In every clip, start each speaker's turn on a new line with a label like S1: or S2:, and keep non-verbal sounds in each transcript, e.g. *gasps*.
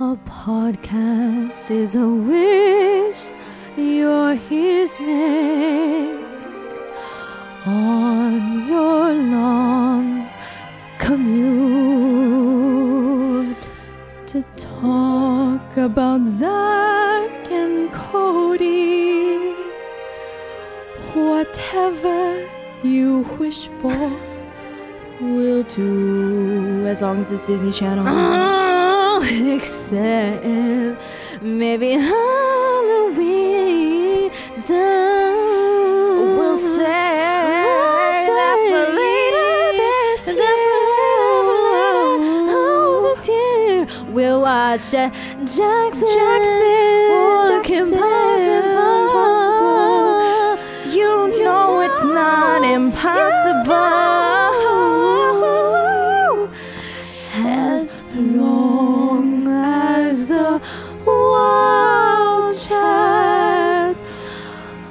S1: A podcast is a wish your ears make on your long commute to talk about Zach and Cody. Whatever you wish for, we'll do as long as it's Disney Channel. Ah. *laughs* except maybe Halloween. We'll say that for later. That for later, Oh, this year we'll watch Ja- Jackson. Jackson. Walk
S2: Jackson.
S1: impossible.
S2: You
S1: You
S2: know it's not
S1: know.
S2: impossible.
S1: as long as the wild chat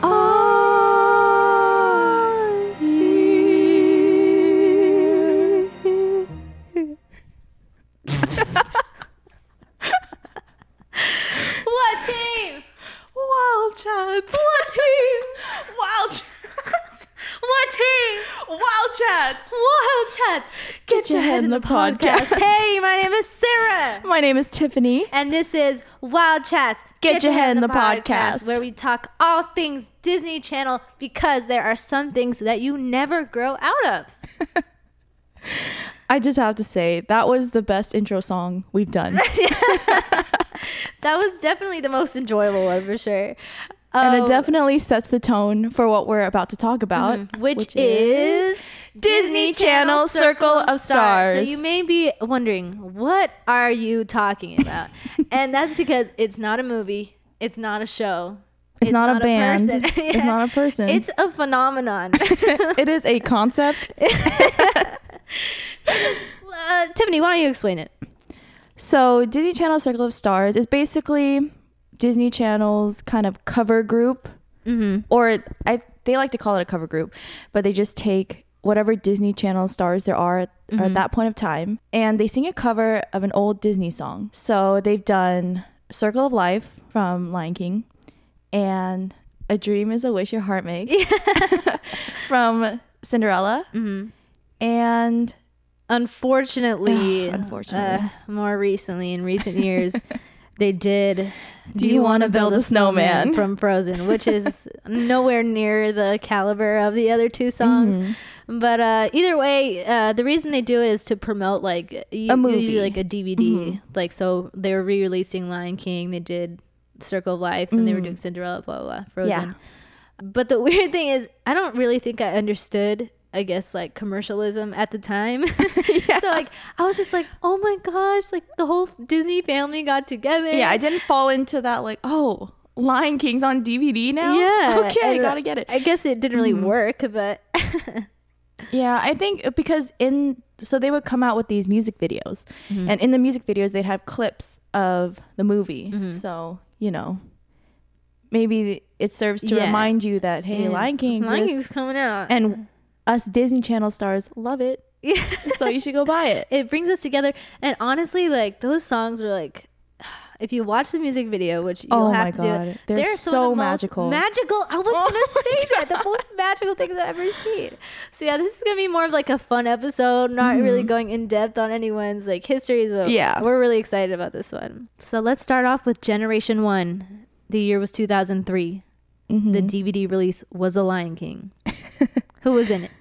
S1: are here. what team?
S2: Wild chat.
S1: What team?
S2: Wild chat.
S1: What team?
S2: Wild chat.
S1: Wild chat. Get your head in the podcast. Hey, my name is Sarah.
S2: My name is Tiffany.
S1: And this is Wild Chats.
S2: Get your head in the podcast.
S1: Where we talk all things Disney Channel because there are some things that you never grow out of.
S2: I just have to say that was the best intro song we've done,
S1: That was definitely the most enjoyable one for sure.
S2: and
S1: Um,
S2: it definitely sets the tone for what we're about to talk about,
S1: Mm-hmm. which, is
S2: Disney Channel Circle of Stars.
S1: So you may be wondering, what are you
S2: *laughs*
S1: talking about? and that's because it's not a movie, it's not a show.
S2: It's not a band.
S1: person. *laughs*
S2: It's not a person.
S1: It's a
S2: *laughs*
S1: phenomenon.
S2: it is a concept
S1: *laughs* Uh, Tiffany, why don't you explain it?
S2: So, Disney Channel Circle of Stars is basically Disney Channel's kind of cover group, mm-hmm. or I they like to call it a cover group, but they just take whatever Disney Channel stars there are at that point of time, and they sing a cover of an old Disney song. So they've done "Circle of Life" from Lion King, and "A Dream Is a Wish Your Heart Makes" *laughs* from Cinderella,
S1: Mm.
S2: and *sighs*
S1: Unfortunately,
S2: Unfortunately.
S1: uh, more recently in
S2: *laughs*
S1: recent years, they did. Do,
S2: You Wanna Build a Snowman?
S1: from Frozen, which
S2: *laughs*
S1: is nowhere near the caliber of the other two songs.
S2: Mm-hmm.
S1: But uh, either way, uh, the reason they do it is to promote like u-
S2: movie. Mm-hmm.
S1: usually like a DVD. Like so, they were re-releasing Lion King. They did Circle of Life, and they were doing Cinderella, blah blah, blah Frozen.
S2: Mm. Yeah.
S1: But the *laughs* weird thing is, I don't really think I understood, I guess, like commercialism at
S2: *laughs*
S1: the time. *laughs* So, like, I was just like, oh my gosh, like the whole Disney family got together.
S2: Yeah, I didn't fall into that like, oh, Lion King's on DVD now.
S1: Yeah.
S2: *laughs* Okay,
S1: and, uh,
S2: gotta get it. Mm-hmm.
S1: I guess it didn't really work, but
S2: Yeah, I think uh, because in so they would come out with these music videos,
S1: Mm-hmm.
S2: and in the music videos they'd have clips of the movie.
S1: Mm-hmm.
S2: So you know, maybe it serves to
S1: Yeah.
S2: remind you that hey, Lion King
S1: *laughs* Lion King's
S2: exists,
S1: coming out. *laughs*
S2: and us Disney Channel stars love it. so you should go buy it.
S1: it brings us together. And honestly, like, those songs were like, *sighs* if you watch the music video, which you'll
S2: Oh my
S1: have to do,
S2: God,
S1: it,
S2: they're
S1: some
S2: so
S1: of the most
S2: magical. Oh
S1: magical. I was gonna say that the most magical things I've ever seen. So yeah, this is gonna be more of like a fun episode, not really going in depth on anyone's like histories. But
S2: Mm-hmm. Yeah.
S1: we're really excited about this one. So let's start off with Generation One. The year was 2003. *laughs* The
S2: Mm-hmm.
S1: DVD release was The Lion
S2: *laughs*
S1: King. Who was in it?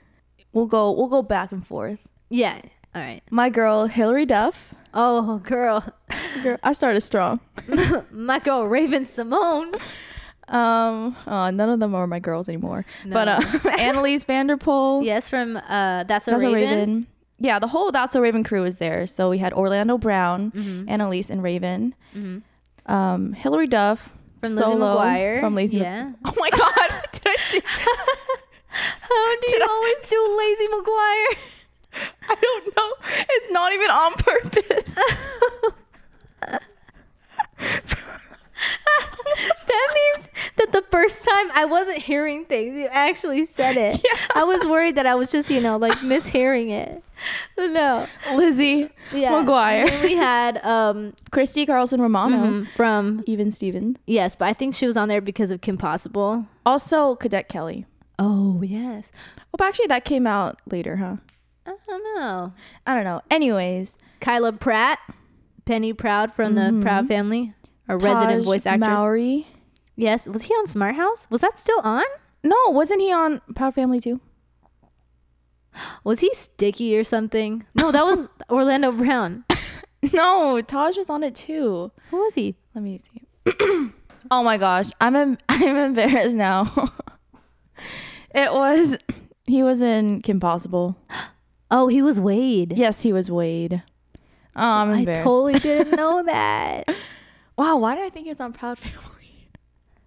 S2: We'll go. We'll go back and forth.
S1: Yeah. All right.
S2: My girl Hilary Duff.
S1: Oh, girl.
S2: Girl, I started strong.
S1: *laughs* My girl Raven Simone.
S2: Um, uh, none of them are my girls anymore. But uh, *laughs* Annalise Vanderpool,
S1: Yes, from uh, That's a,
S2: That's
S1: Raven.
S2: a
S1: *laughs*
S2: Raven. Yeah, the whole That's a Raven crew is there. So we had Orlando Brown,
S1: Mm-hmm.
S2: Annalise, and Raven. Um, Hillary Duff
S1: From Lizzie
S2: Solo,
S1: McGuire.
S2: From Lazy.
S1: Yeah.
S2: *laughs* oh my
S1: *laughs*
S2: God! Did I see?
S1: How do you always do Lazy McGuire?
S2: *laughs* I don't know. It's not even on purpose.
S1: *laughs* that means that the first time I wasn't hearing things. You actually
S2: *laughs*
S1: said it. I was worried that I was just, you know, like mishearing it. No.
S2: Lizzie
S1: Yeah.
S2: McGuire,
S1: Then we
S2: *laughs*
S1: had um
S2: Christy Carlson Romano,
S1: Mm-hmm. from
S2: even Steven.
S1: yes, but I think she was on there because of Kim Possible.
S2: Also Cadet Kelly.
S1: Oh yes.
S2: Well, but actually, that came out later, huh?
S1: I don't know.
S2: I don't know. Anyways,
S1: Kyla Pratt, Penny Proud from the Proud Family, a
S2: Mm-hmm. Taj
S1: resident voice actress.
S2: Mowry.
S1: Yes, was he on Smart House? Was that still on?
S2: No, wasn't he on Proud Family too? *laughs*
S1: Was he sticky or something? No,
S2: *laughs*
S1: that was Orlando Brown.
S2: No, Taj was on it too.
S1: Who was he?
S2: Let me see. *clears throat* oh my gosh, I'm em- *laughs* I'm embarrassed now. *laughs* it was he was in Kim Possible.
S1: Oh, he was Wade.
S2: Yes, he was Wade. Oh, I'm
S1: I
S2: embarrassed.
S1: totally
S2: *laughs*
S1: didn't know that.
S2: wow, why did I think he was on Proud *laughs* Family?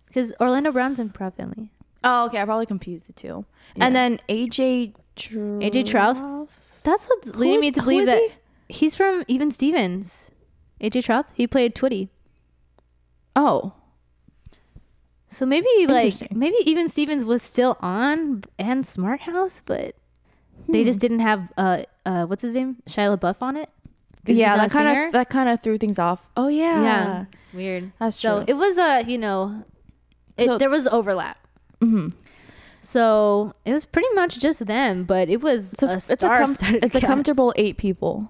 S1: Because Orlando Brown's in Proud Family.
S2: Oh, okay, I probably confused the two. And then AJ Tr-
S1: AJ Trouth? That's what's leading
S2: is-
S1: me to
S2: who
S1: believe
S2: is
S1: that
S2: he?
S1: he's from Even Stevens. AJ Trout. He played Twitty.
S2: Oh,
S1: So maybe like
S2: Interesting.
S1: maybe Even Stevens was still on and Smart House, but they
S2: Hmm.
S1: just didn't have uh uh what's his name Shia LaBeouf on it. 'Cause
S2: yeah,
S1: he's not
S2: that
S1: a
S2: kind
S1: singer.
S2: of that kind of threw things off. Oh yeah,
S1: yeah weird
S2: That's
S1: so
S2: true.
S1: it was a you know it,
S2: So-
S1: there was overlap Mm-hmm.
S2: Mhm.
S1: so it was pretty much just them but it was
S2: It's a,
S1: a,
S2: it's a,
S1: star
S2: com- it's a comfortable eight people.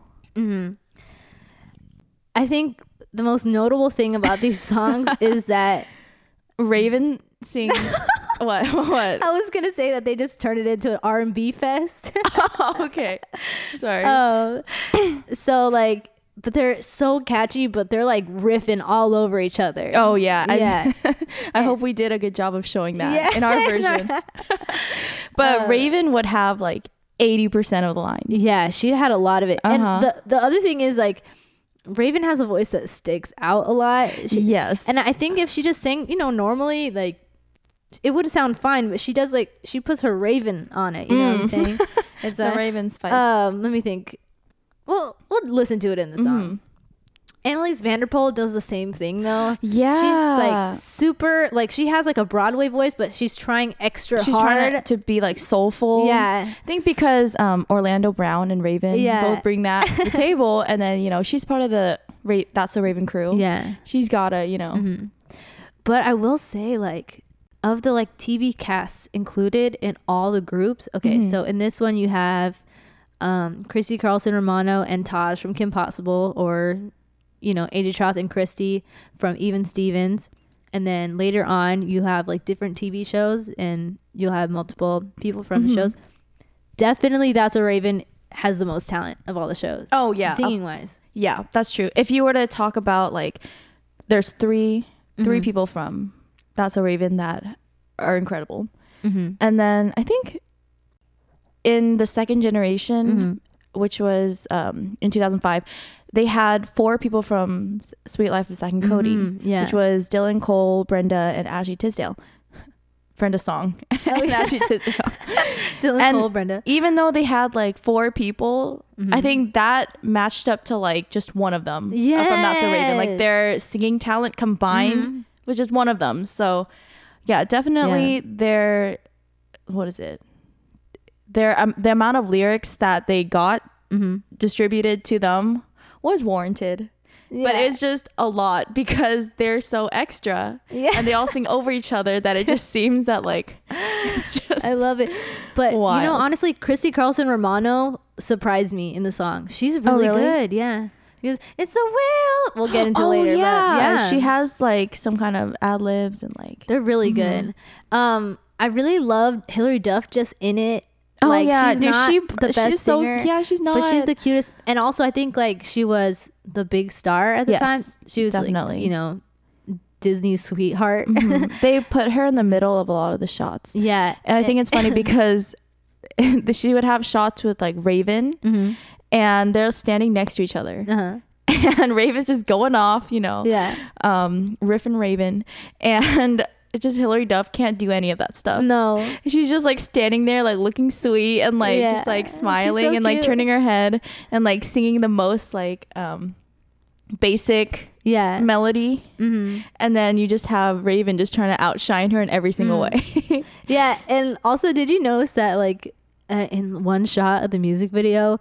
S1: i think the most notable thing about *laughs* these songs is that
S2: Raven *laughs* sings what what?
S1: i was gonna say that they just turned it into an r&b fest *laughs*
S2: Oh, *laughs* okay, sorry.
S1: um, *coughs* so like but they're so catchy but they're like riffing all over each other
S2: Oh yeah, I-
S1: Yeah.
S2: *laughs* I hope we did a good job of showing that *laughs*
S1: Yeah.
S2: in our Uh, version. but Raven would have like eighty percent of the lines.
S1: Yeah, she had a lot of it.
S2: Uh-huh.
S1: And the the other thing is like Raven has a voice that sticks out a lot. She,
S2: Yes,
S1: And I think if she just sang, you know, normally like it would sound fine, but she does like she puts her raven on it, you know what
S2: *laughs*
S1: I'm saying? It's
S2: Mm. the
S1: a
S2: Raven spice.
S1: um let me think. Well, we'll listen to it in the
S2: Mm-hmm.
S1: song. Annalise Vanderpool does the same thing though.
S2: yeah,
S1: She's like super like she has like a Broadway voice, but she's trying extra
S2: she's
S1: hard.
S2: trying to be like soulful.
S1: Yeah.
S2: I think because um, Orlando Brown and Raven
S1: Yeah.
S2: both bring that
S1: *laughs*
S2: to the table, and then you know she's part of the Ra- that's the Raven crew.
S1: yeah. Mm-hmm.
S2: she's gotta you know
S1: But I will say, like, of the like TV casts included in all the groups. Okay, so in this one you have um, Christy Carlson Romano and Taj from Kim Possible, or you know AJ Troth and Christy from Even Stevens, and then later on you have like different TV shows, and you'll have multiple people from the shows. Definitely, that's a Raven has the most talent of all the shows.
S2: Oh, yeah.
S1: singing wise.
S2: Yeah, that's true. If you were to talk about like, there's 3 three
S1: Mm-hmm.
S2: people from That's a Raven that are incredible, and then I think in the second generation,
S1: Mm-hmm.
S2: which was um, in 2005, they had four people from S- Sweet Life of Zack and Cody,
S1: Mhm, yeah.
S2: which was Dylan Cole, Brenda, and Ashley Tisdale. *laughs* Brenda Song *laughs* and Ashley Tisdale
S1: Dylan
S2: And-
S1: Cole, Brenda.
S2: even though they had like four people,
S1: Mm-hmm.
S2: I think that matched up to like just one of them. Yeah, from That's a Raven, like
S1: Yes. Mm-hmm.
S2: their singing talent combined was just one of them. So, yeah, definitely their what is it? Their um, the amount of lyrics that they got
S1: Mm-hmm.
S2: distributed to them was warranted. But
S1: Yeah.
S2: it's just a lot because they're so extra
S1: Yeah.
S2: and they all sing over each other that it
S1: *laughs*
S2: just seems that like it's just
S1: I love it. But you
S2: Wild.
S1: know, honestly, Christy Carlson Romano surprised me in the song. She's
S2: Oh,
S1: really,
S2: really?
S1: good. Yeah. She goes, It's the will. We'll get into
S2: oh,
S1: later. but
S2: Yeah.
S1: yeah.
S2: she has like some kind of ad libs and like.
S1: They're really
S2: Mm-hmm.
S1: good. Um, I really loved Hilary Duff just in it.
S2: Oh
S1: like,
S2: yeah,
S1: she's
S2: no,
S1: not
S2: she-
S1: the best
S2: she's so-
S1: singer.
S2: yeah, she's
S1: But she's
S2: not.
S1: the cutest. And also, I think like she was the big star at the
S2: Yes,
S1: time. She was
S2: definitely. Mm-hmm.
S1: like, you know, Disney's sweetheart.
S2: *laughs* they put her in the middle of a lot of the shots,
S1: *laughs* yeah.
S2: and I think it's *laughs* funny because she would have shots with like Raven, and they're standing next to each *laughs* other,
S1: Uh-huh.
S2: and Raven's just going off, you know,
S1: Yeah.
S2: um, riff and Raven, *laughs* and it's just Hillary Duff can't do any of that stuff.
S1: No.
S2: She's just like standing there, like looking sweet and like
S1: Yeah.
S2: just like
S1: She's so
S2: smiling and like
S1: cute.
S2: turning her head and like singing the most like um basic
S1: Yeah.
S2: melody
S1: hmm
S2: and then you just have Raven just trying to outshine her in every single
S1: Mm.
S2: way. *laughs*
S1: Yeah. And also, did you notice that, like, uh, in one shot of the music video,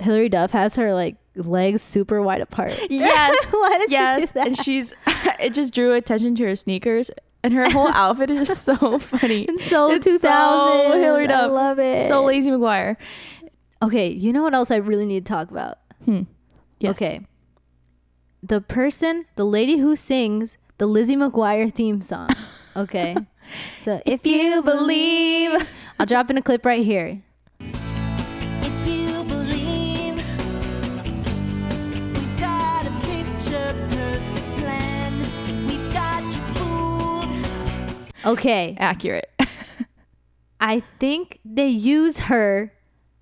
S1: Hilary Duff has her, like, legs super wide apart?
S2: Yes.
S1: *laughs* Why did she
S2: yes.
S1: do that?
S2: And she's *laughs* it just drew attention to her sneakers and her
S1: *laughs*
S2: whole outfit is just so funny.
S1: And so
S2: It's
S1: 2000.
S2: So Hillary
S1: I
S2: Duff.
S1: love it.
S2: So Lazy McGuire.
S1: Okay, you know what else I really need to talk about?
S2: Hmm. Yes.
S1: Okay. The person, the lady who sings the Lizzie McGuire
S2: *laughs*
S1: theme song. Okay. so if you believe, I'll drop in a clip right here.
S3: If you believe we've got a picture perfect plan, we've got you fooled.
S1: Okay.
S2: accurate. *laughs*
S1: I think they use her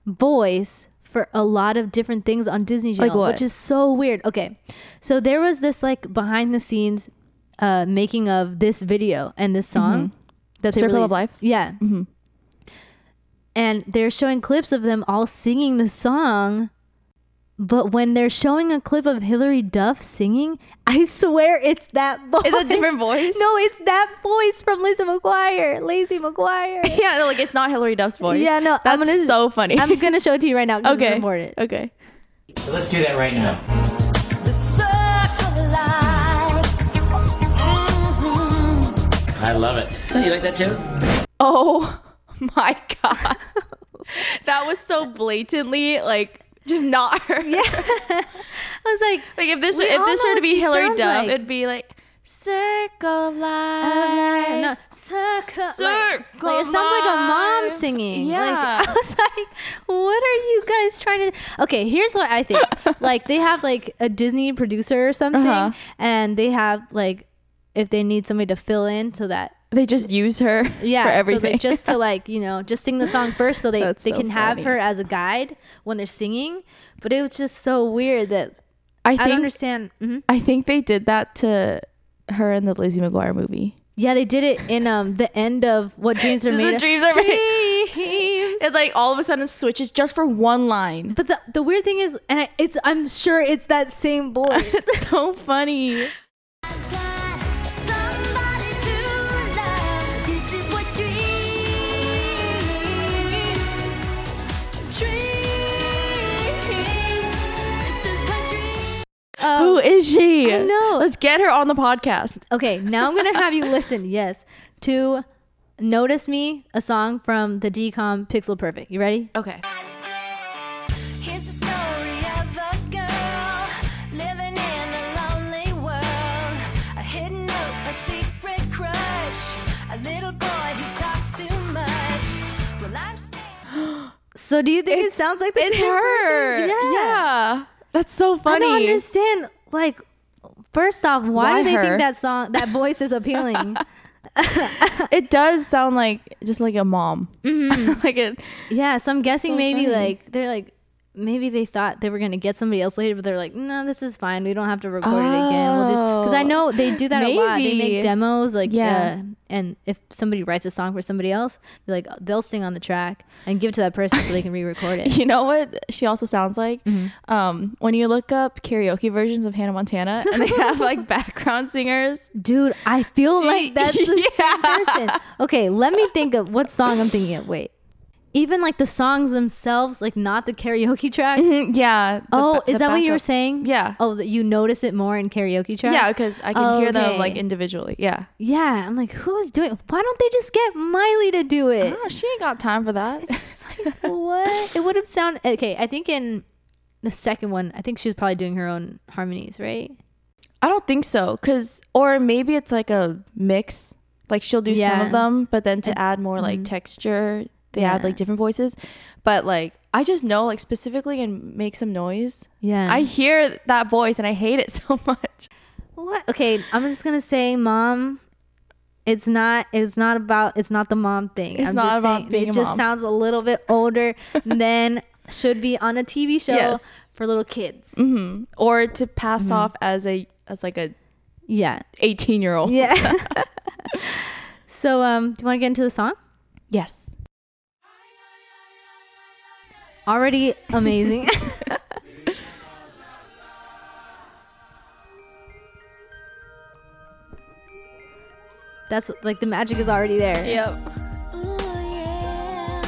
S1: voice for a lot of different things on Disney Channel,
S2: what?
S1: which is so weird. Okay, so there was this like behind the scenes uh, making of this video and this song that they
S2: Mm-hmm. Circle of Life?
S1: released.
S2: Mm-hmm.
S1: yeah. And they're showing clips of them all singing the song. But when they're showing a clip of Hillary Duff singing, I swear it's that voice.
S2: It's a
S1: *laughs*
S2: different voice.
S1: No, it's that voice from Lizzie McGuire, Lazy McGuire.
S2: yeah, no, like it's not Hillary Duff's voice.
S1: Yeah, no,
S2: That's
S1: I'm gonna-
S2: so funny.
S1: I'm gonna show it to you right now
S2: *laughs*
S1: because
S2: okay.
S1: it's important.
S2: Okay.
S4: So let's do that right now.
S3: The circle of life. Mhm.
S4: I love it. Don't you like that too?
S2: Oh *laughs* my god. that was so blatantly like just not her. Yeah.
S1: I was like,
S2: Like if this
S1: We
S2: if
S1: all
S2: this
S1: know
S2: were to
S1: what
S2: be
S1: she
S2: Hillary Duff,
S1: sounds like.
S2: it'd be like circle of
S1: uh,
S2: life.
S1: no, circle, like-
S2: Circle
S1: like, it sounds like a mom
S2: life.
S1: singing.
S2: Yeah.
S1: Like, *laughs* I was like, what are you guys trying to? Okay, here's what
S2: *laughs*
S1: I think. like they have like a Disney producer or something,
S2: Uh-huh.
S1: and they have like if they need somebody to fill in so that
S2: They just use her *laughs*
S1: yeah
S2: for
S1: so they
S2: everything. *laughs*
S1: just to like you know just sing the song first so they
S2: That's
S1: they
S2: so
S1: can have
S2: funny.
S1: her as a guide when they're singing. But it was just so weird that
S2: I
S1: I don't
S2: think
S1: understand. Mhm.
S2: I think they did that to her in the Lizzie McGuire movie.
S1: Yeah, they did it in um the end of *laughs* what dreams are
S2: This is
S1: made
S2: what
S1: of.
S2: dreams are made- *laughs*
S1: Dreams.
S2: It like all of a sudden switches just for one line.
S1: But the, the weird thing is, and I, it's I'm sure it's that same voice.
S2: It's
S1: *laughs*
S2: so funny.
S3: I've got somebody to love. This is what dreams, dreams. This is what dreams.
S1: Um,
S2: Who is she?
S1: I know.
S2: Let's get her on the podcast.
S1: okay, now I'm gonna have you listen. Yes, to notice me, a song from the DCOM Pixel Perfect. You ready?
S2: Okay.
S3: Here's the story of a girl living in a lonely world. A hidden hope, a secret crush, a little boy who talks too much. Well, I'm staying.
S1: So do you think it sounds like the
S2: It's
S1: same *laughs*
S2: her.
S1: person? Yeah.
S2: yeah. That's so
S1: I
S2: funny.
S1: don't understand. Like, first off, why,
S2: Why
S1: do they
S2: her?
S1: think that song that voice is *laughs* appealing?
S2: It does sound like just like a mom. *laughs* like it.
S1: Yeah, so I'm guessing maybe
S2: funny.
S1: like they're like maybe they thought they were gonna get somebody else later, but they're like, no, this is fine. We don't have to record it again. We'll just because I
S2: Oh,
S1: know they do that a lot. They
S2: maybe.
S1: make demos like
S2: Yeah.
S1: yeah, and if somebody writes a song for somebody else, they're like they'll sing on the track and give it to that person so they can re-record it.
S2: You know what she also sounds like? Um, when you look up karaoke versions of Hannah Montana and they have *laughs* like background singers.
S1: *laughs* Dude, I feel *laughs* like that's the
S2: Yeah.
S1: same person. Okay, let me think of what song I'm thinking of. Wait. Even like the songs themselves, like not the karaoke *laughs* track.
S2: Mm-hmm. yeah. the
S1: Oh,
S2: ba-
S1: is
S2: the
S1: that what you were
S2: backup.
S1: saying?
S2: Yeah.
S1: Oh, that you notice it more in karaoke tracks.
S2: Yeah, because I can hear them
S1: Okay.
S2: like individually. Yeah.
S1: yeah, I'm like, who's doing? Why don't they just get Miley to do it?
S2: Oh, she ain't got time for that. Ah.
S1: what? It would have sounded okay. I think in the second one, I think she was probably doing her own harmonies, right?
S2: I don't think so. Cause or maybe it's like a mix. Like she'll do some
S1: Yeah.
S2: of them, but then to add more like texture, they add
S1: Yeah.
S2: like different voices. But like I just know like specifically and make some noise.
S1: Yeah.
S2: I hear that voice and I hate it *laughs* so much.
S1: what? Okay, I'm just gonna say, mom. It's not. It's not about. It's not the mom thing.
S2: It's
S1: I'm
S2: not
S1: just
S2: about
S1: saying,
S2: being
S1: It
S2: a
S1: just
S2: mom.
S1: sounds a little bit
S2: *laughs*
S1: older than should be on a TV show
S2: Yes. Mm.
S1: for little kids.
S2: Or to pass off as a as like a
S1: Yeah.
S2: eighteen year old.
S1: Yeah. so, um, do you want to get into the song?
S2: Yes. *laughs*
S1: Already amazing. That's like the magic is already there.
S2: Yep.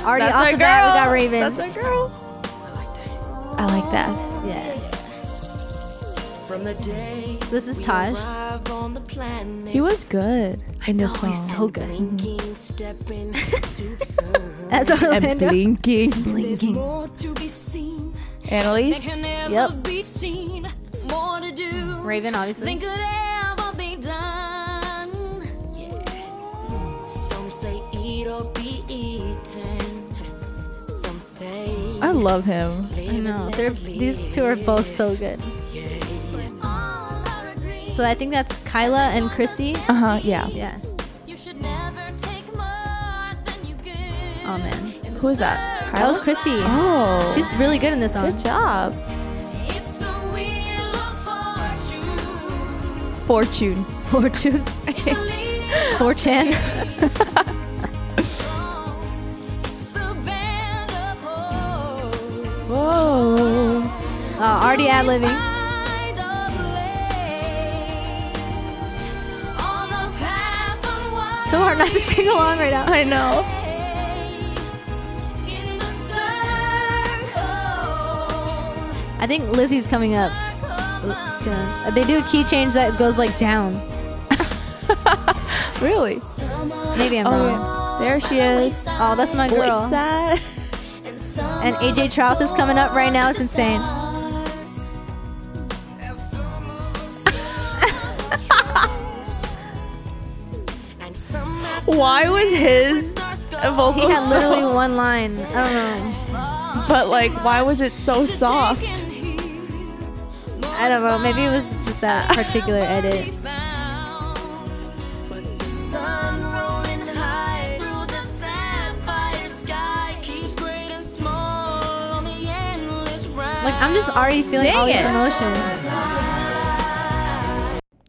S1: Already
S2: That's
S1: off
S2: our girl.
S1: the bat, we got Raven.
S2: That's our girl. I like that.
S1: yeah.
S5: From the day
S1: So this is Taj.
S5: arrive on the planet,
S2: He was good. I know song.
S1: He's so good.
S5: blinking,
S3: *laughs*
S5: stepping too soon.
S1: That's
S2: *laughs*
S1: Orlando.
S2: blinking.
S5: There's more to be seen, that
S2: Annalise.
S5: can never
S1: Yep.
S5: be seen, more to do.
S1: Raven, obviously.
S5: than could ever be done. Yeah. Some say eat or be eaten. Some say
S2: I love him.
S1: I know. They're, these two are both so good.
S3: All are agreed.
S1: So I think that's Kyla and Christy.
S2: Uh huh. Yeah.
S1: Yeah.
S3: You should never take more than you give.
S1: Oh man.
S2: Who is that?
S1: That was
S2: Kyla?
S1: Christy.
S2: Oh.
S1: She's really good in this song.
S2: good job.
S3: It's the wheel of fortune.
S2: *laughs* Fortune.
S1: Fortune.
S3: It's a leap of
S2: *laughs*
S1: 4chan.
S3: hope. It's the band of hope.
S2: Whoa.
S1: Oh, already ad living.
S3: Find a place on the path unwinding.
S1: So hard not to sing along right now.
S2: I know.
S3: In the circle.
S1: I think Lizzie's coming up soon. They do a key change that goes like down.
S2: Really?
S1: Maybe I'm
S2: Oh,
S1: wrong.
S2: yeah. There she is.
S1: Oh, that's my girl.
S2: Sad.
S1: And AJ Trouth is coming up right now. It's insane. *laughs*
S5: and some have
S2: Why was his vocal
S1: He had literally
S2: so- *laughs*
S1: one line. I don't know.
S2: But like, why was it so soft?
S1: I don't know. Maybe it was just
S2: *laughs*
S1: that particular edit.
S3: Sun rolling high through the sapphire sky.
S5: keeps great and small on the endless round.
S1: Like I'm just already feeling all
S2: Sing
S1: these
S2: it.
S1: emotions.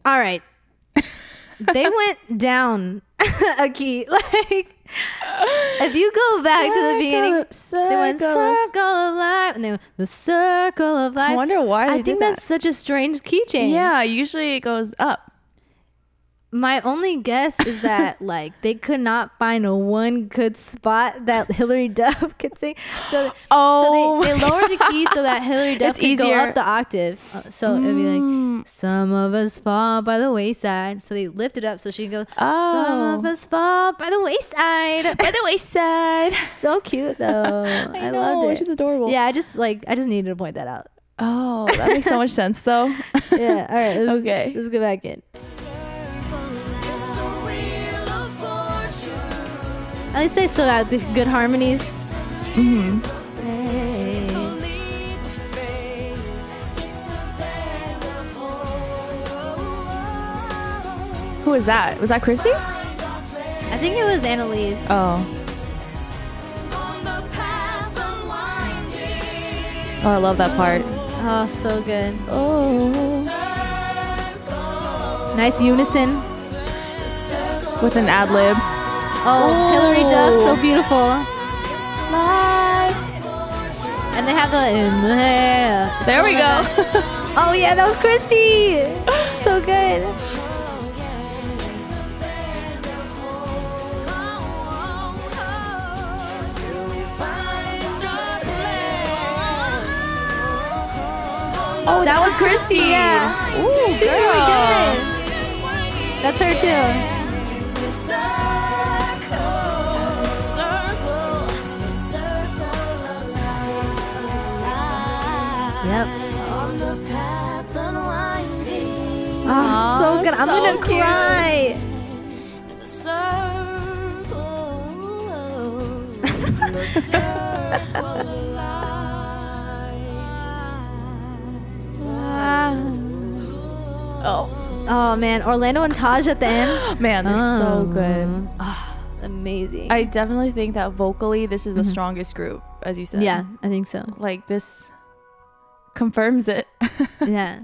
S1: All right.
S2: *laughs*
S1: they went down *laughs* a key. *laughs* Like if you go back to the beginning,
S2: Circle,
S1: they went
S2: circle.
S1: circle of life and they went the circle of life.
S2: I wonder why
S1: I
S2: they
S1: think
S2: did that.
S1: that's such a strange key change.
S2: Yeah, usually it goes up.
S1: My only guess
S2: *laughs*
S1: is that like they could not find a one good spot that Hillary *laughs* Duff could sing. So,
S2: Oh
S1: so they, they
S2: my
S1: lowered the key so
S2: *laughs*
S1: that Hillary
S2: It's
S1: Duff could go
S2: easier. Hmm.
S1: up the octave. Uh, So it'd be like some of us fall by the wayside. So they lift it up so she can go. Some of
S2: Oh.
S1: us fall by the wayside. *laughs*
S2: By the wayside.
S1: so cute though. *laughs* I,
S2: know,
S1: loved it.
S2: she's adorable.
S1: Yeah, I just like I just needed to point that out.
S2: *laughs*
S1: *laughs*
S2: Oh, that makes so much sense though. *laughs*
S1: Yeah. All right. Let's,
S2: Okay.
S1: Let's go back in.
S3: It's the wheel of fortune.
S1: At least they still got the good harmonies. Mm-hmm.
S3: It's a
S1: Hey.
S3: leap of faith. It's the band of hope.
S2: Who was that? Was that Christy?
S3: Find a place
S1: I think it was Annalise.
S2: Oh,
S3: on the path unwinding.
S2: oh, I love that part.
S1: Oh, so good.
S2: Oh,
S3: Circle.
S1: Nice unison.
S3: The circle.
S2: with an ad lib.
S1: Oh, Hillary Duff, so beautiful. And they have the in the hair.
S2: There we go.
S1: *laughs* Oh yeah, that was *gasps* Christy. so good.
S2: Oh, that was
S1: Christy. Yeah.
S2: Ooh,
S1: She's really good. That's her too. Yep. Oh, so good. I'm
S2: so
S1: gonna cry.
S2: Oh
S1: Oh man, Orlando and Taj at the
S2: *laughs*
S1: end.
S2: man, they're so good.
S1: *gasps* Amazing.
S2: I definitely think that vocally, this is the strongest group, as you said.
S1: yeah, I think so. *laughs*
S2: like this confirms it. *laughs*
S1: Yeah.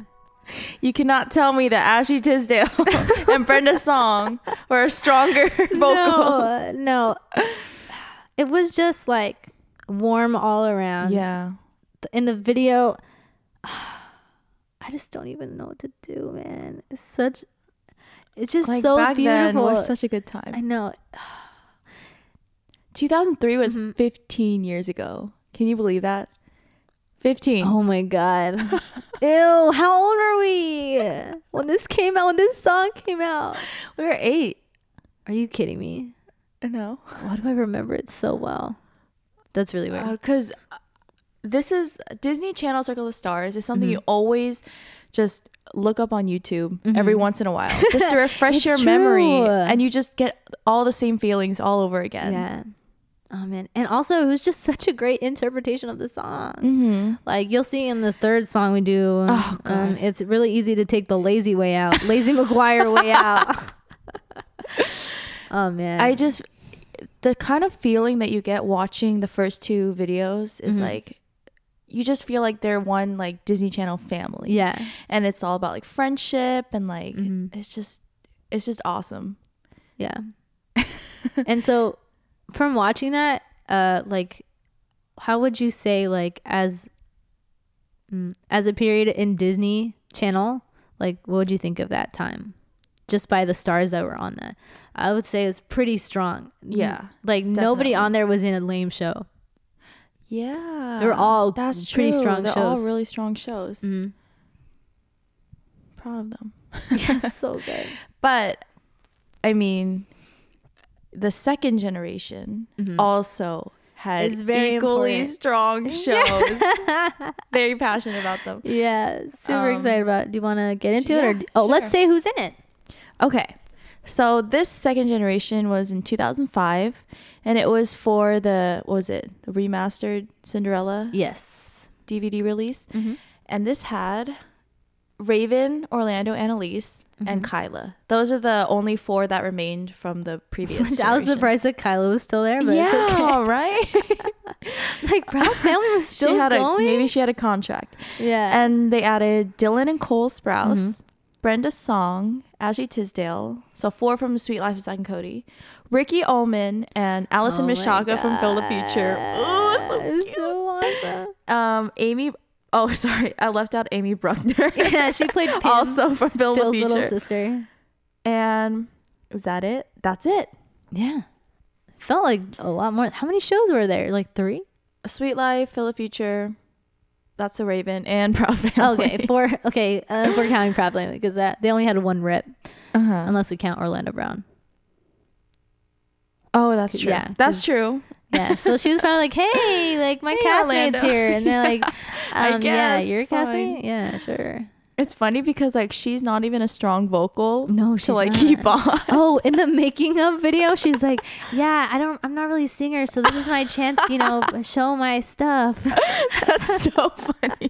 S2: You cannot tell me that Ashley Tisdale *laughs* and Brenda Song were stronger *laughs* vocals.
S1: No, no. It was just like warm all around.
S2: Yeah.
S1: In the video, *sighs* I just don't even know what to do, man. It's such. It's just
S2: Like
S1: so
S2: back then
S1: beautiful.
S2: was such a good
S1: I
S2: time.
S1: *laughs* know.
S2: 2003 was 15 years ago. Can you believe that? 15.
S1: Oh my *laughs* god. Ew, how old are we? When this came out, when this song came out.
S2: We were eight.
S1: Are you kidding me?
S2: No.
S1: Why do I remember it so well? That's really weird.
S2: Because Uh, this is Disney Channel Circle of Stars is something
S1: Mm-hmm.
S2: you always just look up on YouTube every once in a while just
S1: *laughs*
S2: to refresh
S1: Mm-hmm. It's
S2: your memory
S1: true.
S2: and you just get all the same feelings all over again.
S1: yeah. Oh man. And also it was just *laughs* such a great interpretation of the song.
S2: Mm-hmm.
S1: Like you'll see in the third song we do. Mm. Oh god. it's really easy to take the lazy way out. Lazy *laughs* McGuire way out. oh
S2: *laughs*
S1: man.
S2: I just the kind of feeling that you get watching the first two videos is
S1: Mm-hmm.
S2: like you just feel like they're one like Disney Channel family.
S1: yeah. Mm-hmm.
S2: And it's all about like friendship and like it's just it's just awesome.
S1: Yeah. and so from watching that, uh like how would you say like as mm, as a period in Disney Channel, like what would you think of that time? Just by the stars that were on that. I would say it's pretty strong.
S2: Yeah,
S1: Like nobody
S2: definitely.
S1: on there was in a lame
S2: *laughs*
S1: show.
S2: Yeah.
S1: They're all
S2: That's
S1: pretty
S2: true.
S1: strong
S2: They're all
S1: shows.
S2: really strong shows. Mm-hmm.
S1: Mhm.
S2: Proud of them.
S1: so good.
S2: But I mean, the second generation also had
S1: It's very
S2: equally
S1: important.
S2: *laughs* strong shows. very passionate about them.
S1: Yeah, super
S2: Um,
S1: excited about. it. Do you want to get into
S2: yeah,
S1: it or oh, let's
S2: sure.
S1: say who's in it?
S2: Okay. So this second generation was in 2005 and it was for the what was it? The remastered Cinderella
S1: Yes.
S2: DVD release. And this had Raven, Orlando, Annalise, and Kyla. Those are the only four that remained from the previous. *laughs*
S1: Which *laughs* I was
S2: generation.
S1: surprised that Kyla was still there, but it's okay.
S2: Yeah, *laughs* right.
S1: *laughs* like Proud Family was
S2: she
S1: still
S2: had a
S1: going.
S2: maybe she had a contract.
S1: *laughs* yeah,
S2: And they added Dylan and Cole Sprouse, Brenda Song, Ashley Tisdale, so four from Sweet Life of Zack and Cody, Ricky Ullman, and Allison
S1: Oh my
S2: Mishaka from Phil the Future. Oh, so
S1: It was so awesome.
S2: um Amy oh *laughs* sorry I left out Amy Bruckner
S1: *laughs* *laughs* Yeah, she played Pin,
S2: *laughs* also from Bill
S1: Phil's
S2: the
S1: little
S2: Future
S1: sister.
S2: and is that it that's it
S1: Yeah, felt like a lot more. How many shows were there? Like *laughs* three.
S2: Sweet Life Phil the Future that's a Raven and *laughs* Proud Family
S1: Okay, four. Okay, *laughs* uh, if we're counting Proud Family because that they only had one rip,
S2: Uh-huh.
S1: unless we count Orlando Brown.
S2: oh that's true
S1: Yeah,
S2: that's true
S1: Yeah, so she was probably like, *laughs* "Hey, like my
S2: Hey,
S1: castmate's
S2: Orlando."
S1: here," and they're *laughs* like, um,
S2: I
S1: "Yeah,
S2: guess,
S1: you're a
S2: fine.
S1: castmate. Yeah, sure."
S2: it's funny because like she's not even a strong vocal
S1: No,
S2: to
S1: she's
S2: like
S1: not.
S2: keep on *laughs*
S1: *laughs* Oh, in the making of video, she's like, "Yeah, I don't. I'm not really a singer, so this is my chance,
S2: *laughs*
S1: you know, show my stuff."
S2: that's so funny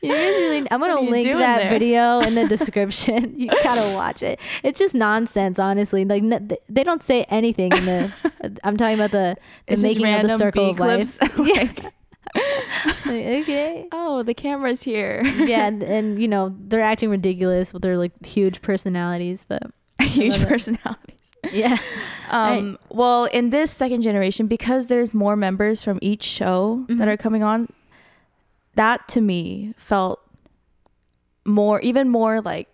S1: You guys really. I'm
S2: What are
S1: gonna
S2: you
S1: link
S2: doing
S1: that
S2: there?
S1: video
S2: *laughs*
S1: in the description. you gotta watch it. It's just nonsense, honestly. Like n- th- they don't say anything in
S2: *laughs*
S1: the. I'm talking about the the
S2: It's just
S1: making of the
S2: random
S1: circle
S2: B
S1: of life.
S2: clips, *laughs* like,
S1: *laughs* Like, okay.
S2: oh the camera's here
S1: Yeah, and, and you know they're acting ridiculous with their like huge personalities, but
S2: *laughs* huge personalities
S1: yeah,
S2: Um, Well, in this second generation, because there's more members from each show that
S1: Mm-hmm.
S2: are coming on, that to me felt more, even more like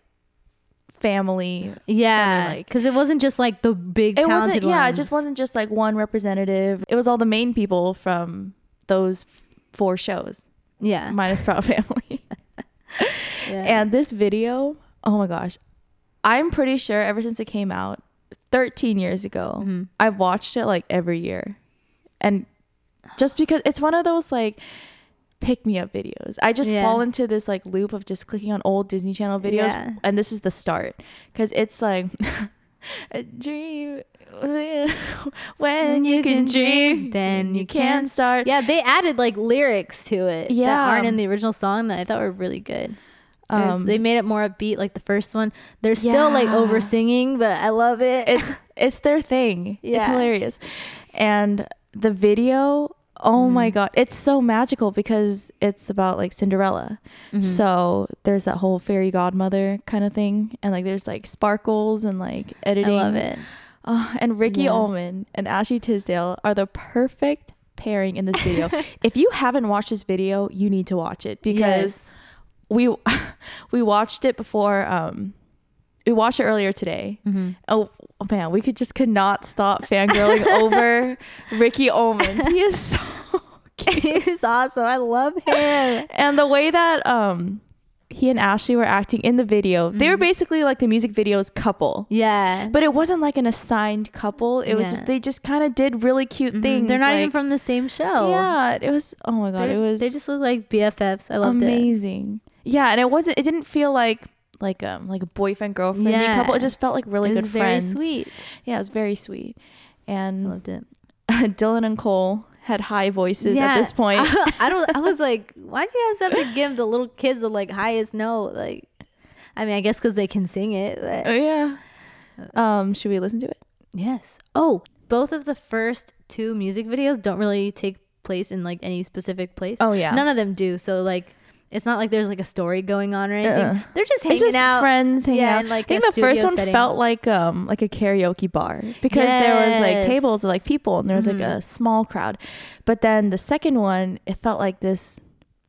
S2: family.
S1: yeah,
S2: like-
S1: because it wasn't just like the big
S2: It wasn't,
S1: talented
S2: yeah, it
S1: ones.
S2: just wasn't just like one representative. It was all the main people from those four shows,
S1: yeah, *laughs*
S2: minus Proud Family.
S1: yeah.
S2: And this video, oh my gosh, I'm pretty sure ever since it came out 13 years ago, I've watched it like every year. And just because it's one of those like pick me up videos, I just
S1: Yeah.
S2: fall into this like loop of just clicking on old Disney Channel videos.
S1: Yeah.
S2: And this is the start because it's like *laughs* a dream. *laughs* when you can dream, then you can start.
S1: Yeah, they added like lyrics to it that
S2: Yeah.
S1: aren't in the original song that I thought were really good. It was-
S2: Um,
S1: they made it more upbeat, like the first one. They're still like over singing, but I love it.
S2: it's it's their thing. It's
S1: Yeah.
S2: hilarious. And the video, oh my
S1: Mm-hmm.
S2: god, it's so magical because it's about like Cinderella.
S1: Mm-hmm.
S2: So there's that whole fairy godmother kind of thing, and like there's like sparkles and like
S1: *laughs* I
S2: editing.
S1: love it.
S2: Oh, and Ricky
S1: Yeah.
S2: Ullman and Ashley Tisdale are the perfect pairing in this
S1: *laughs*
S2: video. if you haven't watched this video, you need *laughs* to watch it because
S1: Yes.
S2: we we watched it before um we watched it earlier today.
S1: Mm-hmm.
S2: Oh, oh, man, we could just could not stop
S1: *laughs*
S2: fangirling over Ricky Ullman. He is so
S1: *laughs* He's awesome.
S2: *laughs*
S1: I love him.
S2: and the way that um he and Ashley were acting in the video, they were basically like the music video's couple.
S1: Mm-hmm. Yeah.
S2: But it wasn't like an assigned couple. It was
S1: Yeah. Mm-hmm.
S2: just they just kind of did really cute things.
S1: They're not even
S2: like-
S1: from the same show.
S2: Yeah, it was. Oh my god,
S1: They're
S2: it
S1: just-
S2: was.
S1: they just look like BFFs. I loved it.
S2: amazing. Yeah, and it wasn't. It didn't feel like like um like a boyfriend girlfriend
S1: Yeah.
S2: couple. It just felt like really
S1: it
S2: good
S1: was very
S2: friends.
S1: sweet.
S2: Yeah, it was very sweet.
S1: I
S2: And
S1: loved it.
S2: *laughs* Dylan and Cole had high voices at
S1: *laughs*
S2: this point.
S1: I don't.
S2: *laughs*
S1: I was like, why do you guys have to give the little kids the like highest note? Like, I mean, I guess because they can sing it. but-
S2: Oh, yeah. Um, should we listen to it?
S1: Yes. Oh, both of the first two music videos don't really take place in like any specific place.
S2: Oh, yeah.
S1: None of them do. So like, it's not like there's like a story going on or anything.
S2: Uh-uh.
S1: They're just hanging
S2: it's just
S1: out.
S2: friends hanging
S1: Yeah,
S2: out.
S1: in, like,
S2: I think
S1: a
S2: the first
S1: studio
S2: one
S1: setting.
S2: felt like um like a karaoke bar because there was like
S1: Yes. Mm-hmm.
S2: tables of like people and there was like a small crowd, but then the second one it felt like this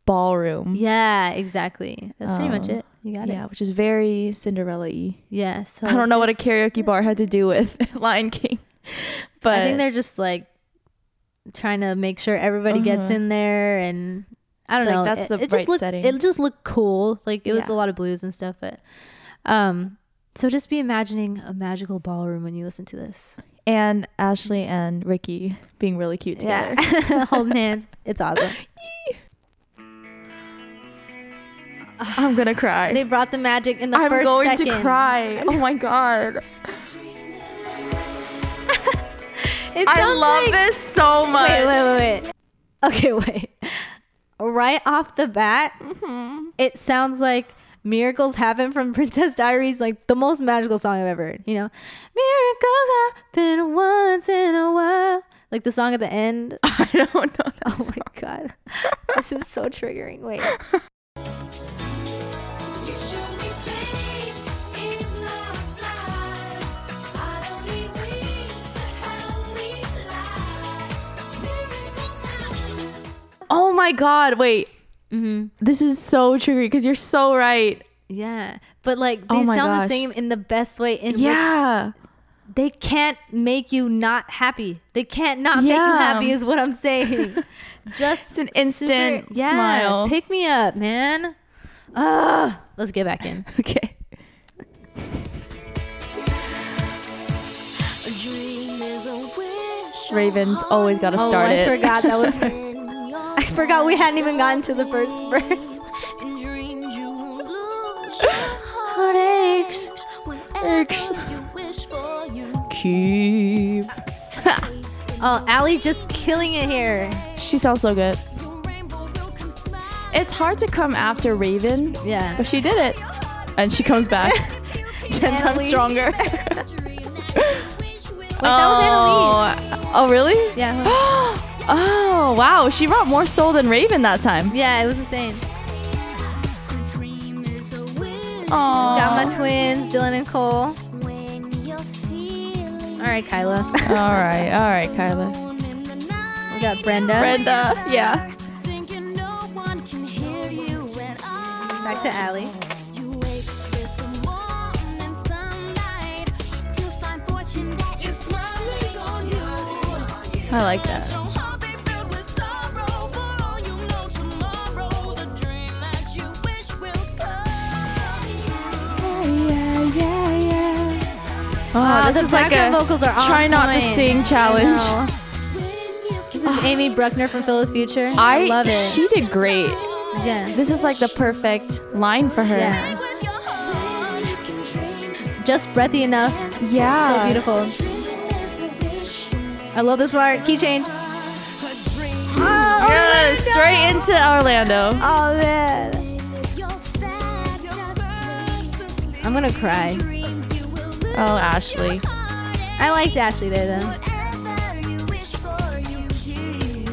S2: ballroom.
S1: Yeah, exactly. That's pretty much
S2: Um,
S1: it. You got
S2: Yeah,
S1: it.
S2: which is very Cinderella y.
S1: Yeah. So
S2: I don't know what a
S1: just-
S2: karaoke bar had to do with *laughs* Lion King, but
S1: I think they're just like trying to make sure everybody gets in there and I don't
S2: Uh-huh. Like,
S1: know.
S2: that's
S1: It-
S2: the
S1: it just
S2: right
S1: looked-
S2: setting.
S1: It just looked cool. Like it was
S2: Yeah.
S1: a lot of blues and stuff, but um so just be imagining a magical ballroom when you listen to this. *laughs*
S2: and Ashley and Ricky being really cute together.
S1: *laughs* Holding hands. It's
S2: *laughs*
S1: awesome.
S2: I'm gonna cry.
S1: They brought the magic in the
S2: I'm
S1: first
S2: going
S1: second.
S2: to
S1: *laughs*
S2: cry. Oh my god.
S1: It
S2: I
S1: sounds
S2: love
S1: like-
S2: this so much.
S1: Wait, wait, wait, wait. *laughs* Okay, wait. Right off the bat, it sounds like Miracles Happen from *laughs* Princess Diaries, like the most magical song I've ever heard. You know, Miracles Happen once in a while. Like the song at the *laughs* end.
S2: I don't know.
S1: Oh my *laughs* God. This is so triggering. Wait.
S5: You show me faith is not blind. I don't need wings to help me fly. Miracle time.
S2: Oh my god, wait.
S1: Mm-hmm.
S2: This is so triggering because you're so right.
S1: Yeah. But like they
S2: Oh my
S1: sound the
S2: gosh.
S1: same in the best way in which *laughs*
S2: Yeah.
S1: they can't make you not happy. They can't not make you
S2: Yeah.
S1: happy is what
S2: *laughs*
S1: I'm saying. Just
S2: an instant smile.
S1: Pick me up, man. Ah, let's get back
S2: *laughs*
S1: in.
S2: okay.
S5: A dream is a wish.
S2: Raven's always got to
S1: Oh,
S2: start
S1: I
S2: it.
S1: forgot that
S2: *laughs*
S1: was her. *laughs*
S5: I
S1: forgot we hadn't even gotten to the first verse.
S5: And dreams you will
S1: *sighs*
S5: lose your heartaches. Whenever you wish for you.
S2: Keep.
S1: Oh, Allie just killing it here.
S2: She sounds so good.
S5: Your rainbow will come smiling.
S2: It's hard to come after Raven,
S1: Yeah.
S2: but she did it. And she comes back
S1: *laughs*
S2: 10 times
S1: Annalise.
S2: stronger.
S1: Wait, that was Annalise.
S2: Oh, really?
S1: Yeah.
S2: *gasps* oh, wow. She brought more soul than Raven that
S1: *laughs*
S2: time.
S1: Yeah, it was insane.
S5: dream is a wish.
S2: Aww.
S1: Got my twins, Dylan and Cole.
S5: When you're feeling
S1: All right, Kyla.
S2: all right. All right, Kyla.
S5: alone in the
S1: We
S5: night.
S1: got Brenda.
S2: Brenda.
S1: Oh,
S2: Yeah.
S5: Thinking no one can hear you when I.
S1: Back to Allie.
S5: You wake with the morning sunlight to find fortune that is smiling on you.
S2: I like that.
S5: Your heart be filled with sorrow, for all you know tomorrow, the dream that you wish will come
S2: Oh,
S1: Wow,
S2: this
S1: Ah, the
S2: is like a
S1: background vocals are on
S2: try not to
S1: point.
S2: sing challenge.
S1: No.
S2: *laughs*
S1: This is Amy Bruckner from Phil the Future.
S2: I,
S1: love it.
S2: She did great.
S1: yeah.
S2: This is like the perfect line for her.
S1: Yeah.
S5: true. With your heart, you can dream.
S1: Just breathy enough. So
S2: Yeah.
S1: beautiful.
S5: Dreaming is a wish you make.
S1: I love this part. Key change.
S5: A dream
S2: Yeah, straight into Orlando.
S1: Oh man.
S5: that you're fast asleep.
S1: I'm gonna cry.
S5: Dreams you will lose
S2: Oh, Ashley.
S5: your heartache.
S1: I liked *laughs* Ashley there though.
S5: Whatever you wish for, you keep.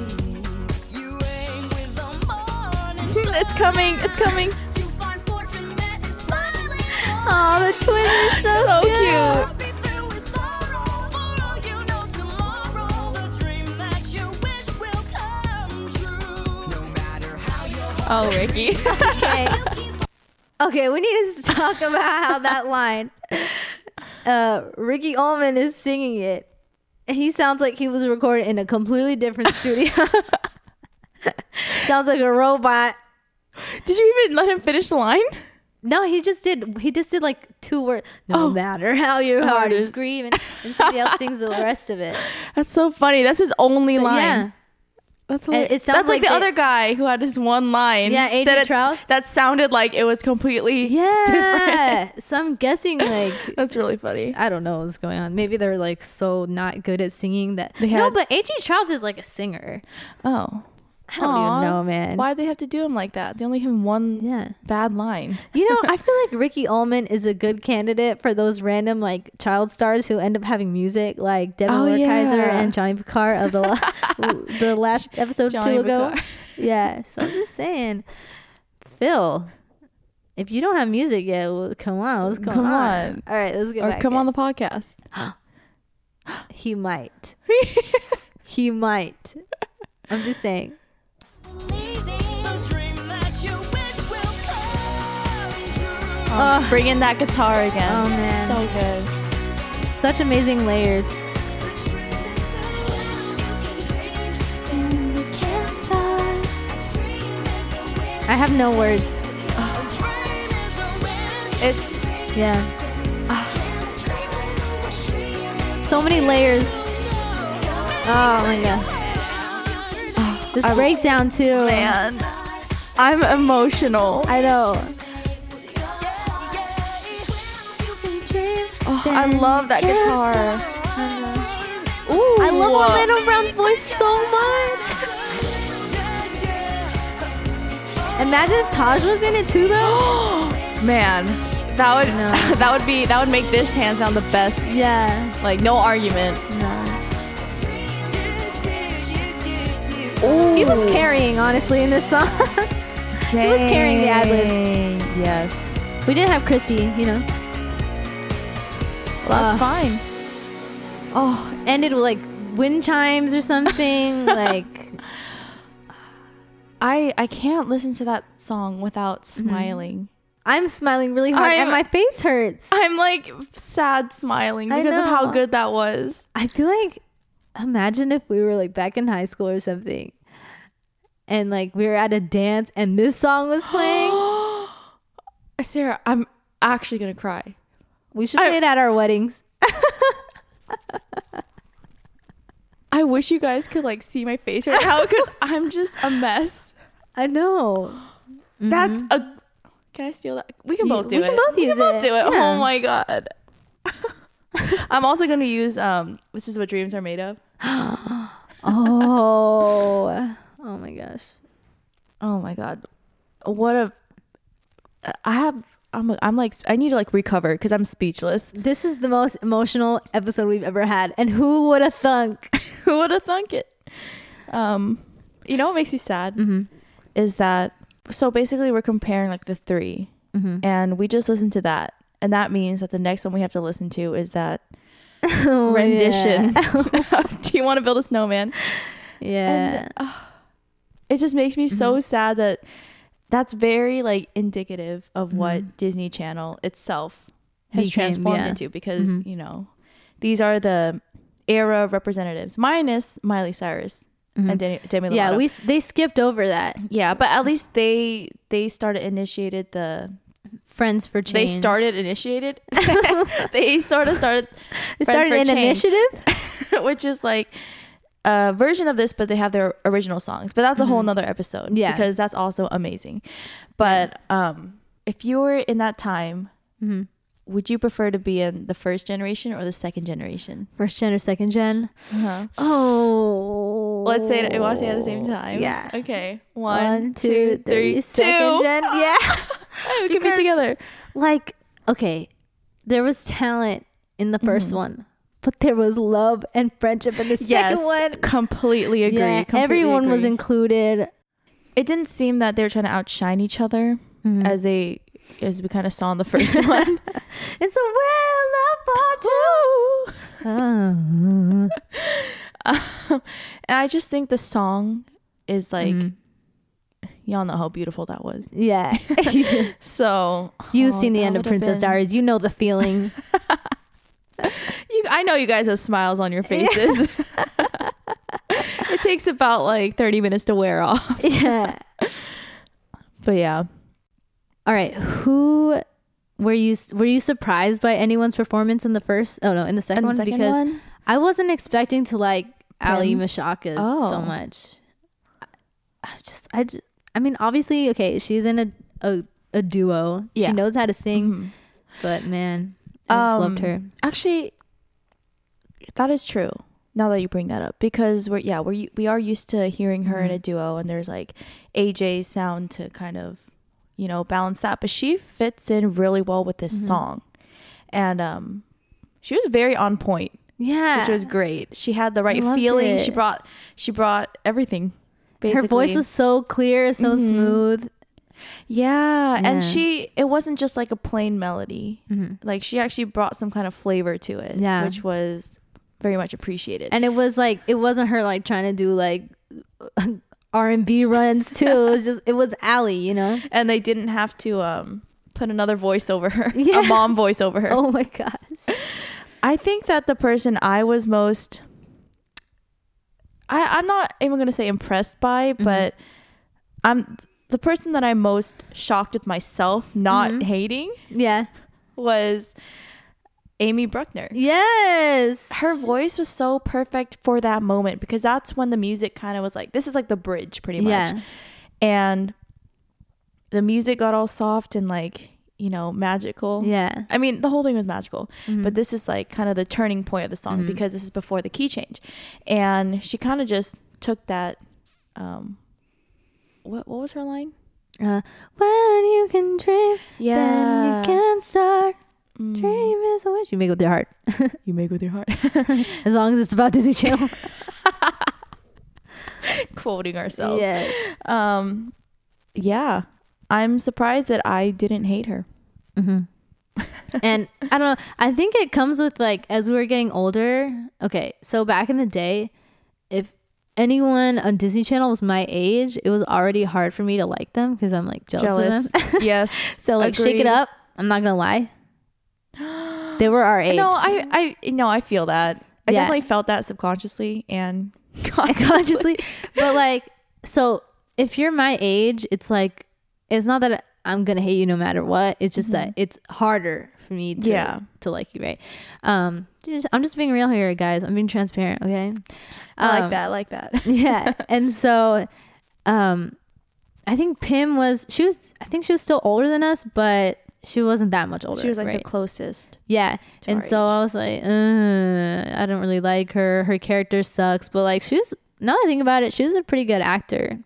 S5: You aim with the morning sun.
S2: It's coming. It's coming.
S5: You find fortune that is smiling on
S1: Oh, the twins are so,
S2: *laughs* So
S1: cute.
S2: cute.
S5: you. Be filled with sorrow for all you know tomorrow. The dream that you wish will come true.
S2: *laughs* Oh, Ricky.
S1: Okay. Okay, we need to *laughs* talk about how that line. Uh, Ricky Allman is singing it. and He sounds like he was recorded in a
S2: *laughs*
S1: completely different studio. sounds like a robot.
S2: Did you even let him finish the line?
S1: No, he just did. He just did like two words. No
S2: Oh.
S1: matter how you hard
S2: it
S1: is
S2: is.
S1: scream, and, and somebody else sings the rest of it.
S2: That's so funny. That's his only *laughs*
S1: But
S2: line.
S1: yeah,
S2: That's,
S1: it
S2: hilarious.
S1: sounds
S2: That's like, the
S1: like they-
S2: other guy who had his one line.
S1: Yeah, AJ
S2: that it's-
S1: Trout.
S2: That sounded like it was completely different.
S1: yeah. So I'm guessing like
S2: That's really funny.
S1: I don't know what's going on. Maybe they're like so not good at singing that.
S2: They
S1: no,
S2: had-
S1: but AJ Child is like a singer.
S2: Oh.
S1: I don't
S2: Aw.
S1: even know, man.
S2: Why'd they have to do him like that? They only have one
S1: Yeah.
S2: bad line.
S1: You know, I feel *laughs* like Ricky Ullman is a good candidate for those random like child stars who end up having music, like Devin
S2: Oh,
S1: Wertheiser
S2: yeah.
S1: and Johnny Picard of the *laughs* la- the last episode
S2: Johnny
S1: two ago.
S2: Picard.
S1: Yeah, so I'm just saying, Phil, if you don't have music yet, well, come on, what's going
S2: Come
S1: on?
S2: on.
S1: All right, let's get
S2: Or
S1: back
S2: come
S1: in.
S2: on the
S1: *laughs*
S2: podcast.
S1: He might. he might. I'm just saying.
S2: Oh, bring in that guitar again.
S1: Oh, man.
S2: So good.
S1: Such amazing layers. I have no words.
S2: It's
S1: Yeah. So many layers. Oh my god. Oh, This breakdown too.
S2: man. I'm emotional.
S1: I know.
S2: Oh, I love that guitar. Ooh.
S1: I love Orlando Brown's voice so much. Imagine if Taj was in it too though.
S2: *gasps* Man, that would
S1: No.
S2: *laughs* that would be that would make this hands down the best.
S1: yeah.
S2: Like no argument.
S1: No.
S2: Ooh.
S1: He was carrying honestly in this song. *laughs*
S2: He
S1: was carrying the ad-libs.
S2: Yes.
S1: we did have Chrissy, you know.
S2: That's fine.
S1: Ended with like wind chimes
S2: *laughs*
S1: or something. like
S2: I I can't listen to that song
S1: Mhm.
S2: without smiling.
S1: I'm smiling really hard
S2: I'm-
S1: and my face hurts.
S2: I'm like sad smiling
S1: I
S2: because of how
S1: know.
S2: good that was.
S1: I feel like imagine if we were like back in high school or something and like we were at a dance and this song was playing.
S2: Sarah, I'm actually gonna cry.
S1: we should play it at our weddings.
S2: I wish you guys could like see my face right
S1: *laughs*
S2: now because I'm just a mess.
S1: I know. Mm-hmm.
S2: That's a. Can I steal that? We can
S1: You-
S2: both do
S1: we
S2: it.
S1: can both
S2: we
S1: use
S2: can both
S1: it.
S2: do it.
S1: Yeah.
S2: Oh my god. *laughs* I'm also gonna use um. This is what dreams are made of.
S1: Oh. *laughs* oh my gosh.
S2: Oh my god, what a! I have. I'm. I'm like. I need to like recover because I'm speechless. *laughs*
S1: This is the most emotional episode we've ever had. And who would have thunk?
S2: Who would have thunk it? Um, you know what makes me sad is that. So basically, we're comparing like the 3 and we just listened to that, and that means that the next one we have to listen to is that rendition. *laughs* Do you want to build a snowman?
S1: Yeah.
S2: *sighs* It just makes me
S1: mm-hmm.
S2: so sad that that's very like indicative of what Disney Channel itself has
S1: Mm-hmm. Became,
S2: transformed
S1: yeah. Mm-hmm.
S2: into because, you know, these are the era representatives minus Miley Cyrus and Demi, Demi Lovato.
S1: Mm-hmm. yeah, we s- they skipped over that.
S2: yeah, but at least they they started initiated the
S1: Friends for Change.
S2: they started
S1: *laughs*
S2: initiated *laughs* they sort of started
S1: They started an initiative.
S2: *laughs* which is like a version of this, but they have their original songs. But that's a whole nother episode.
S1: Mm-hmm. Yeah.
S2: Because that's also amazing. But um if you were in that time,
S1: Mm-hmm.
S2: would you prefer to be in the first generation or the second generation?
S1: First gen or second general Uh-huh. Oh.
S2: Let's say I want to say at the same time.
S1: Yeah.
S2: Okay.
S1: One, two, three, second
S2: two.
S1: *laughs* gen. Yeah.
S2: Oh, we could be
S1: Because-
S2: together.
S1: like, okay, there was talent in the 1st one, but there was love and friendship in the
S2: Yes.
S1: second one.
S2: Completely agree.
S1: yeah,
S2: completely
S1: everyone was
S2: agree.
S1: included.
S2: it didn't seem that they were trying to outshine each other
S1: Mm-hmm.
S2: as they as we kind of saw in the first *laughs* one.
S1: It's a *laughs*
S2: Woo! *laughs*
S1: well of honor.
S2: Um,
S1: Mm-hmm.
S2: and I just think the song is like y'all know how beautiful that was.
S1: *laughs* Yeah.
S2: So
S1: You've
S2: oh,
S1: seen the
S2: that
S1: end of
S2: would've
S1: Princess
S2: been-
S1: Diaries. You know the feeling.
S2: You, I know you guys have smiles on your faces.
S1: *laughs*
S2: *laughs* it takes about like 30 minutes to wear off.
S1: *laughs* yeah.
S2: But yeah,
S1: *laughs* All right. Who were you were you surprised by anyone's performance in the first oh no, in the
S2: And
S1: second
S2: the
S1: one
S2: second
S1: because
S2: one?
S1: I wasn't expecting to like Ali
S2: Him?
S1: Mashaka's
S2: Oh.
S1: so much. I, I just I just I mean obviously okay, she's in a a, a duo.
S2: Yeah.
S1: She knows how to sing.
S2: Mm-hmm.
S1: But man, I just loved
S2: Um,
S1: her.
S2: Actually, that is true. Now that you bring that up, because we're yeah we're we are used to hearing her in
S1: Mm-hmm.
S2: a duo, and there's like AJ's sound to kind of you know balance that, but she fits in really well with
S1: Mm-hmm.
S2: this song, and um, she was very on point,
S1: Yeah.
S2: which
S1: *laughs*
S2: was great. She had the right
S1: loved
S2: feeling. She
S1: it.
S2: brought she brought everything. Basically.
S1: her voice was so clear, so
S2: Mm-hmm.
S1: smooth.
S2: yeah, and
S1: Yeah. Mm-hmm.
S2: she it wasn't just like a plain melody. Like she actually brought some kind of flavor to it,
S1: Yeah.
S2: which was very much appreciated.
S1: And it was like it wasn't her like trying to do like *laughs* R and B runs too. It was just it was Allie, you
S2: *laughs*
S1: know?
S2: and they didn't have to um put another voice over
S1: *laughs*
S2: her
S1: Yeah.
S2: a mom voice over her
S1: Oh my gosh.
S2: i think that the person i was most i i'm not even gonna say impressed by
S1: Mm-hmm.
S2: but i'm the person that i'm most shocked with myself not
S1: Mm-hmm.
S2: hating
S1: Yeah.
S2: was amy bruckner
S1: Yes.
S2: her voice was so perfect for that moment because that's when the music kind of was like this is like the bridge pretty much
S1: Yeah.
S2: and the music got all soft and like you know magical
S1: Yeah. Mm-hmm.
S2: i mean the whole thing was magical but this is like kind of the turning point of the song because this is before the key change and she kind of just took that um what, what was her line
S1: Uh, when you can dream, then
S2: Yeah.
S1: you can start. Dream is a wish you make with your heart. *laughs*
S2: you make with your heart *laughs*
S1: As long as it's about Disney Channel.
S2: quoting ourselves
S1: yes.
S2: um yeah i'm surprised that i didn't hate her
S1: and I don't know. I think it comes with like as we were getting older. Okay, so back in the day, if anyone on Disney Channel was my age, it was already hard for me to like them because I'm like jealous. Of them.
S2: yes
S1: *laughs* so like, shake
S2: Agreed.
S1: it up. I'm not gonna lie. They were our age.
S2: No, I, I, no, I feel that. I
S1: Yeah.
S2: definitely felt that subconsciously and *laughs* consciously.
S1: consciously, but like, so if you're my age, it's like it's not that I'm gonna hate you no matter what. It's just that it's harder for me to
S2: Mm-hmm. Yeah.
S1: to like you, right? Um, just- I'm just being real here, guys. I'm being transparent, okay?
S2: I like
S1: Um,
S2: that. I like *laughs* that.
S1: yeah *laughs* and so um i think pim was she was i think she was still older than us but she wasn't that much older
S2: She was like
S1: right?
S2: the closest.
S1: yeah and
S2: our
S1: so i was like uh, i don't really like her her character sucks but like she's now that i think about it she was a pretty good actor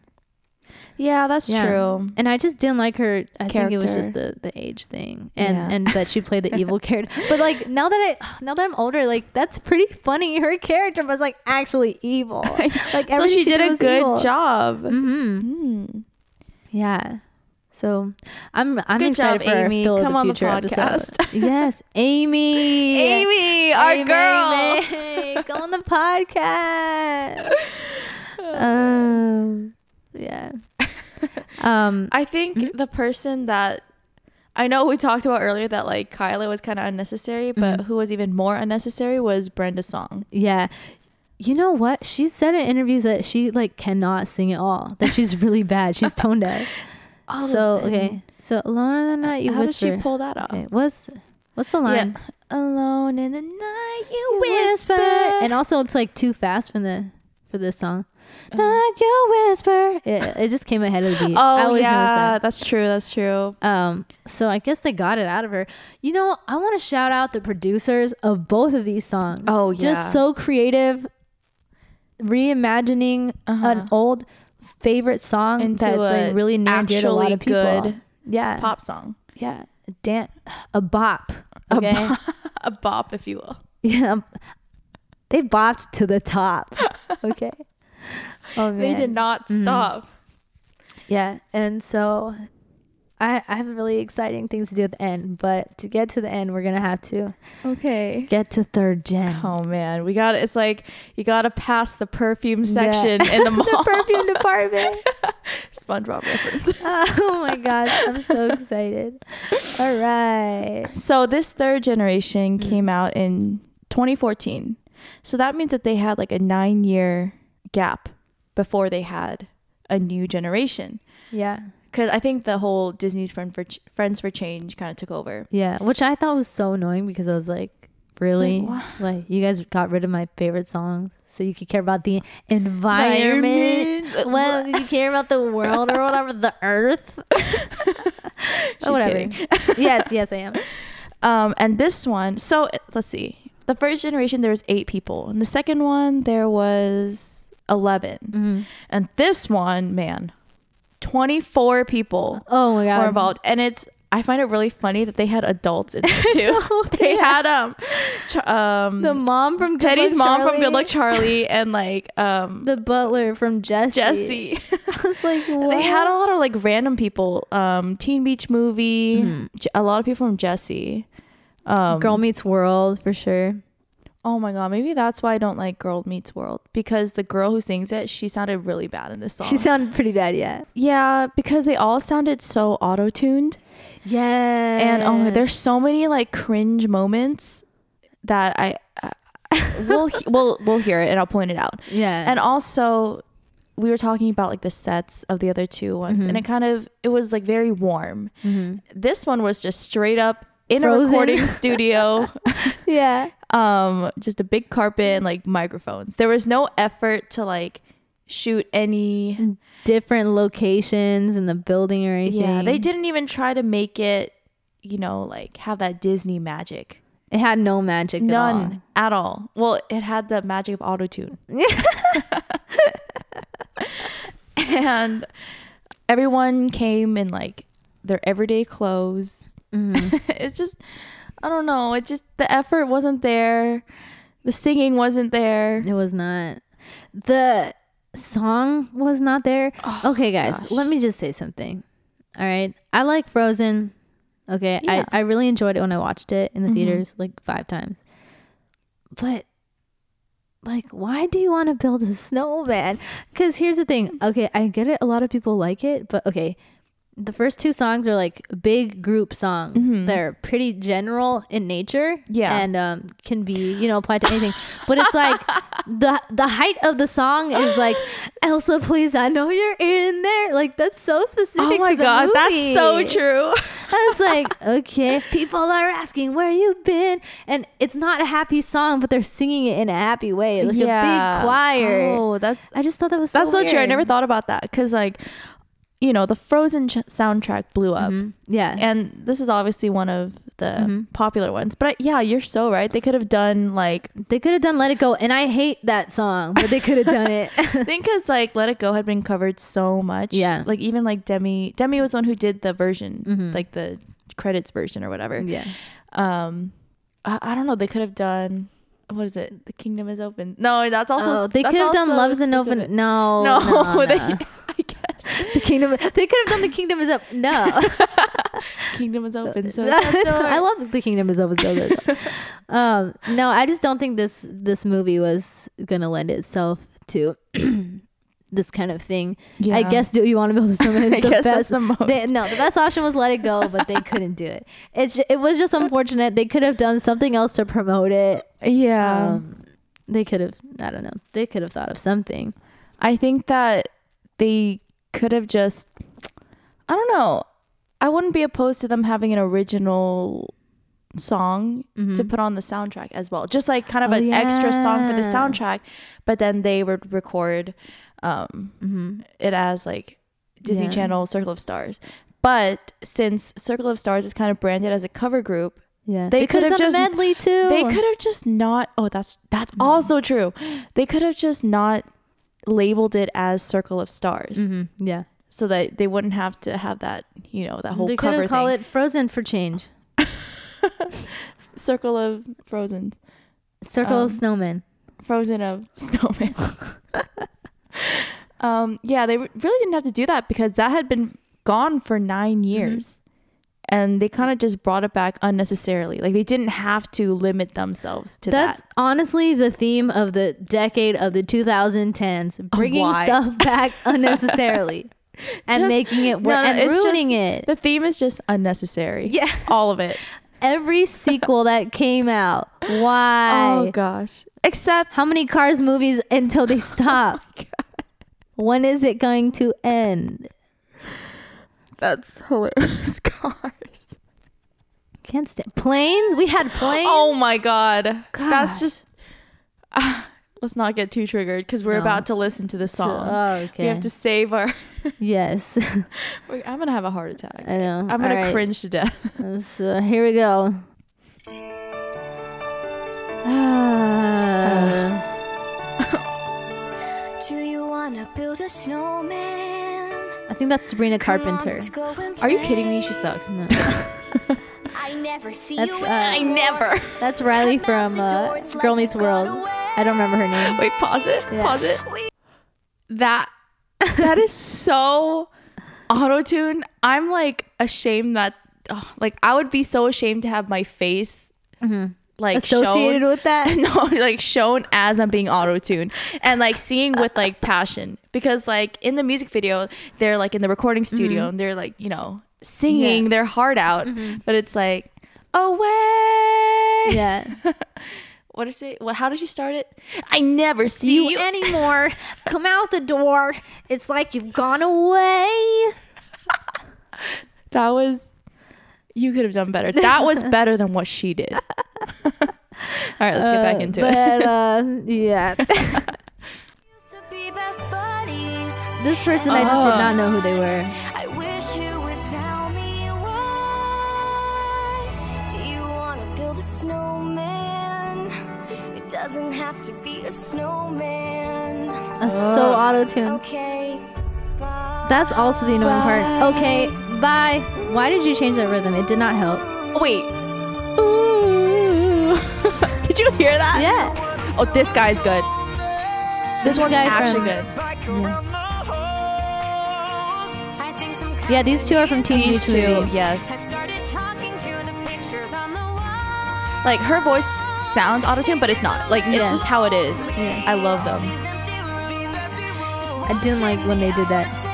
S2: Yeah, that's
S1: Yeah.
S2: true.
S1: and i just didn't like her i think it was just the
S2: Character.
S1: the age thing and
S2: Yeah.
S1: and that she played the
S2: *laughs*
S1: evil character but like now that i *sighs* now that i'm older like that's pretty funny her character was like actually
S2: *laughs*
S1: evil like
S2: so
S1: everything
S2: she Mm. did a
S1: was
S2: good
S1: evil. Mm-hmm.
S2: job. Mm-hmm.
S1: Yeah. So I'm I'm
S2: Good
S1: excited
S2: job,
S1: for our
S2: Amy.
S1: Phil of
S2: Come
S1: the
S2: on the
S1: future episode.
S2: podcast.
S1: *laughs* yes,
S2: *laughs*
S1: Amy.
S2: Amy, our
S1: Amy,
S2: girl. *laughs*
S1: Amy, go on the podcast.
S2: Oh,
S1: Um,
S2: *laughs*
S1: yeah. Um.
S2: I think the person that I know we talked about earlier that like Kyla was kind of unnecessary, but who was even more unnecessary was Brenda Song.
S1: Yeah. You know what? She said in interviews that she like cannot sing at all. That she's really bad.
S2: *laughs*
S1: She's tone deaf. so okay. So alone in the night you
S2: Oh, How
S1: whisper.
S2: did she pull that off?
S1: okay. What's what's the line?
S2: Yeah. Alone in the night, you
S1: whisper.
S2: whisper.
S1: And also, it's like too fast for the for this song. Not your whisper. It, it just came ahead of the beat.
S2: Uh-huh. oh
S1: I always
S2: yeah,
S1: notice that.
S2: that's true. That's true.
S1: Um, so I guess they got it out of her. You know, I want to shout out the producers of both of these songs.
S2: Oh, yeah.
S1: just so creative, reimagining
S2: Uh-huh.
S1: an old favorite song
S2: Into
S1: that's
S2: a
S1: like really near and dear to a lot
S2: actually
S1: of people.
S2: good
S1: yeah,
S2: Pop song.
S1: yeah, a dan- a bop. Okay,
S2: *laughs* a bop, if you will.
S1: *laughs* Yeah. um, They bopped to the
S2: *laughs*
S1: top. Okay. oh,
S2: Mm-hmm. They did not stop.
S1: Yeah. And so I, I have really exciting things to do at the end, but to get to the end, we're gonna have to
S2: Okay.
S1: get to third gen.
S2: Oh man, we got it's like you got to pass the perfume section *laughs* in the mall.
S1: *laughs* the perfume *laughs* department.
S2: SpongeBob reference.
S1: oh my gosh, I'm so excited. All right.
S2: *laughs* So this third generation came out in 2014. So that means that they had like a 9-year gap before they had a new generation.
S1: Yeah.
S2: Cuz I think the whole Disney's Friend for Ch- Friends for Change kind of took over.
S1: Yeah. Which I thought was so annoying because I was like, really?
S2: Like, wha-
S1: Like, you guys got rid of my favorite songs so you could care about the environment.
S2: Environment.
S1: *laughs* well, you care about the world or whatever, the *laughs* earth.
S2: She's
S1: or whatever.
S2: kidding.
S1: *laughs* yes, yes, I am.
S2: Um, and this one, so let's see. The first generation, there was eight people, and the second one, there was 11
S1: Mm-hmm.
S2: and this one, man, twenty-four people
S1: Oh my god.
S2: were involved, and it's. I find it really funny that they had adults in there
S1: *laughs*
S2: too. *laughs* they had um, Ch- um,
S1: The mom from Good
S2: Teddy's
S1: Luck
S2: mom from Good
S1: Charlie,
S2: Luck Charlie, and like um,
S1: The butler from Jesse.
S2: Jesse.
S1: *laughs* I was like,
S2: *laughs*
S1: what?
S2: They had a lot of like random people. Um, Teen Beach Movie,
S1: Mm-hmm.
S2: J- a lot of people from Jesse. Um,
S1: Girl Meets World for sure.
S2: Oh my god, maybe that's why I don't like Girl Meets World because the girl who sings it, she sounded really bad in this song.
S1: She sounded pretty bad yet.
S2: yeah, because they all sounded so auto-tuned,
S1: Yeah.
S2: and oh, my- there's so many like cringe moments that I uh, *laughs* we'll he- we'll we'll hear it and I'll point it out.
S1: Yeah.
S2: And also, we were talking about like the sets of the other two ones, and it
S1: Mm-hmm.
S2: kind of it was like very warm. This one was just straight up in
S1: Frozen.
S2: a
S1: *laughs*
S2: recording studio.
S1: yeah.
S2: um just a big carpet and like microphones there was no effort to like shoot any
S1: Different locations in the building or anything.
S2: yeah they didn't even try to make it you know like have that disney magic
S1: It had no magic at all.
S2: none at all well it had the magic of autotune and everyone came in like their everyday clothes *laughs* it's just i don't know it just the effort wasn't there the singing wasn't there
S1: It was not. The song was not there.
S2: Oh,
S1: okay, guys, let me just say something. All right. I like Frozen. Okay.
S2: Yeah. Mm-hmm.
S1: I, I really enjoyed it when I watched it in the theaters like five times. But like why do you want to build a *laughs* snowman because here's the thing okay i get it a lot of people like it but okay the first two songs are like big group songs they're pretty general in nature
S2: Mm-hmm. Yeah.
S1: and um, can be you know applied to anything but
S2: *laughs*
S1: it's like the the height of the song is like elsa please i know you're in there like that's so specific
S2: Oh my
S1: to the
S2: god, that's
S1: movie.
S2: so *laughs* true.
S1: I was like, okay, people are asking where you've been, and it's not a happy song, but they're singing it in a happy way, like a big choir.
S2: Oh, that's
S1: I just thought that was so
S2: that's so, true. I
S1: weird.
S2: never thought about that because like, you know, the Frozen ch- soundtrack blew up,
S1: Yeah,
S2: and this is obviously one of the popular ones. But I, yeah, you're so right. They could have done like
S1: they could have done "Let It Go," and I hate that song, but they could have done it.
S2: I think because like Let It Go had been covered so much.
S1: Yeah. Mm-hmm.
S2: like even like Demi Demi was the one who did the version, like the credits version or whatever.
S1: yeah,
S2: Um, I, I don't know. They could have done. What is it? The kingdom is open. No, that's *laughs* also.
S1: oh, they
S2: that's
S1: could have done
S2: also
S1: "Loves and Open."
S2: specific.
S1: No,
S2: No, *laughs*
S1: no,
S2: they,
S1: no.
S2: I guess
S1: the kingdom. They could have done "The Kingdom Is Up."
S2: *laughs*
S1: No,
S2: kingdom is open.
S1: *laughs*
S2: So
S1: I love "The Kingdom Is Up." is up,
S2: *laughs*
S1: is up. um, no, I just don't think this this movie was gonna lend itself to *clears throat* this kind of thing. I guess do you want to build
S2: *laughs*
S1: a snowman? Is
S2: I
S1: the
S2: guess that's
S1: best.
S2: the most.
S1: they- no, the best option was let it go, but they couldn't do it. It's ju- it was just unfortunate. They could have done something else to promote it.
S2: yeah.
S1: Um, they could have. I don't know. They could have thought of something.
S2: I think that they could have just. I don't know. I wouldn't be opposed to them having an original song to put on the soundtrack as well, just like kind of
S1: Mm-hmm. Oh,
S2: an extra song for the
S1: yeah.
S2: soundtrack. But then they would record um, it as like Disney
S1: Mm-hmm. Yeah.
S2: Channel Circle of Stars. But since Circle of Stars is kind of branded as a cover group,
S1: Yeah,
S2: They could have
S1: done
S2: just-
S1: a medley too.
S2: they could have just not oh that's that's also true they could have just not labeled it as circle of stars
S1: Mhm, Yeah,
S2: so that they wouldn't have to have that you know that whole
S1: they could
S2: cover
S1: have called
S2: thing
S1: it "Frozen for Change,"
S2: circle of frozen
S1: "Circle
S2: Um,
S1: of Snowmen."
S2: frozen of *laughs* snowman um yeah they re- really didn't have to do that because that had been gone for nine years. And they kind of just brought it back unnecessarily. Like they didn't have to limit themselves to
S1: That's
S2: that.
S1: honestly the theme of the decade of the 2010s, bringing
S2: Why?
S1: stuff
S2: *laughs*
S1: back unnecessarily and
S2: Just-
S1: making it
S2: No,
S1: work
S2: no,
S1: and
S2: it's just-
S1: ruining it.
S2: The theme is just unnecessary.
S1: Yeah.
S2: All of it.
S1: Every sequel that came out, why?
S2: Oh gosh. Except
S1: How many Cars movies
S2: *laughs*
S1: until they stop? when is it going to end?
S2: that's *laughs* hilarious cars.
S1: Can't stand planes. We had planes.
S2: *gasps* Oh my god.
S1: Gosh.
S2: That's just Ah, *sighs* let's not get too triggered because we're
S1: No.
S2: about to listen to the song.
S1: oh,
S2: We
S1: okay.
S2: have to save our *laughs*
S1: Yes, *laughs*
S2: Wait, I'm gonna have a heart attack.
S1: I know.
S2: I'm gonna
S1: All right.
S2: cringe to death.
S1: So here we go. *sighs*
S2: Uh,
S1: Ah.
S3: Do you wanna build a snowman?
S1: I think that's Sabrina
S3: Come on,
S1: Carpenter.
S3: let's go and
S2: Are you kidding
S3: play.
S2: me? She
S1: *laughs*
S2: sucks.
S1: No,
S5: I never see
S1: that's
S5: you.
S1: uh,
S5: *laughs*
S2: Never.
S1: that's Riley from uh, Girl Meets World. I don't remember her *laughs* name.
S2: *laughs* Wait, pause it.
S1: Yeah.
S2: Pause it. That that is so auto tune. I'm like ashamed that oh, like I would be so ashamed to have my face Mm-hmm. like
S1: Associated
S2: shown-
S1: with *laughs*
S2: *laughs*
S1: that?
S2: no, like shown as I'm being auto tuned and like singing *laughs* with like passion because like in the music video they're like in the recording studio and they're like you know singing
S1: Yeah.
S2: their heart out, but it's like away.
S1: Yeah.
S2: What is it? What? How did she start it? I never see,
S1: you, *laughs*
S2: you
S1: anymore. Come out the door. It's like you've gone away.
S2: *laughs* That was you could have done better. That *laughs* was better than what she did. *laughs* All right, let's get back into it.
S1: *laughs* But uh, yeah,
S5: To be best buddies.
S1: this person I just did
S2: Oh.
S1: not know who they were.
S5: I wish you would tell me why.
S3: Do you wanna build a snowman? It doesn't have to be a snowman.
S1: Uh, so auto tuned.
S3: Okay. Bye.
S1: That's also the annoying part. Okay, bye. Why did you change that rhythm? It did not help.
S2: Oh, Wait. Ooh. *laughs* did you hear that?
S1: Yeah,
S2: Oh, this guy's good. This,
S1: This
S2: one's
S1: guy
S2: actually
S1: from-
S2: good.
S5: I think some
S1: yeah. These two are from Teen
S2: These
S1: Beach
S2: two,
S1: Movie.
S2: yes.
S5: started talking to the pictures on the wall.
S2: Like her voice sounds autotune, but it's not. Like
S1: Yeah.
S2: it's just how it is.
S1: Yeah.
S2: I love them.
S5: These empty rooms.
S1: I didn't like when they did that.
S5: Take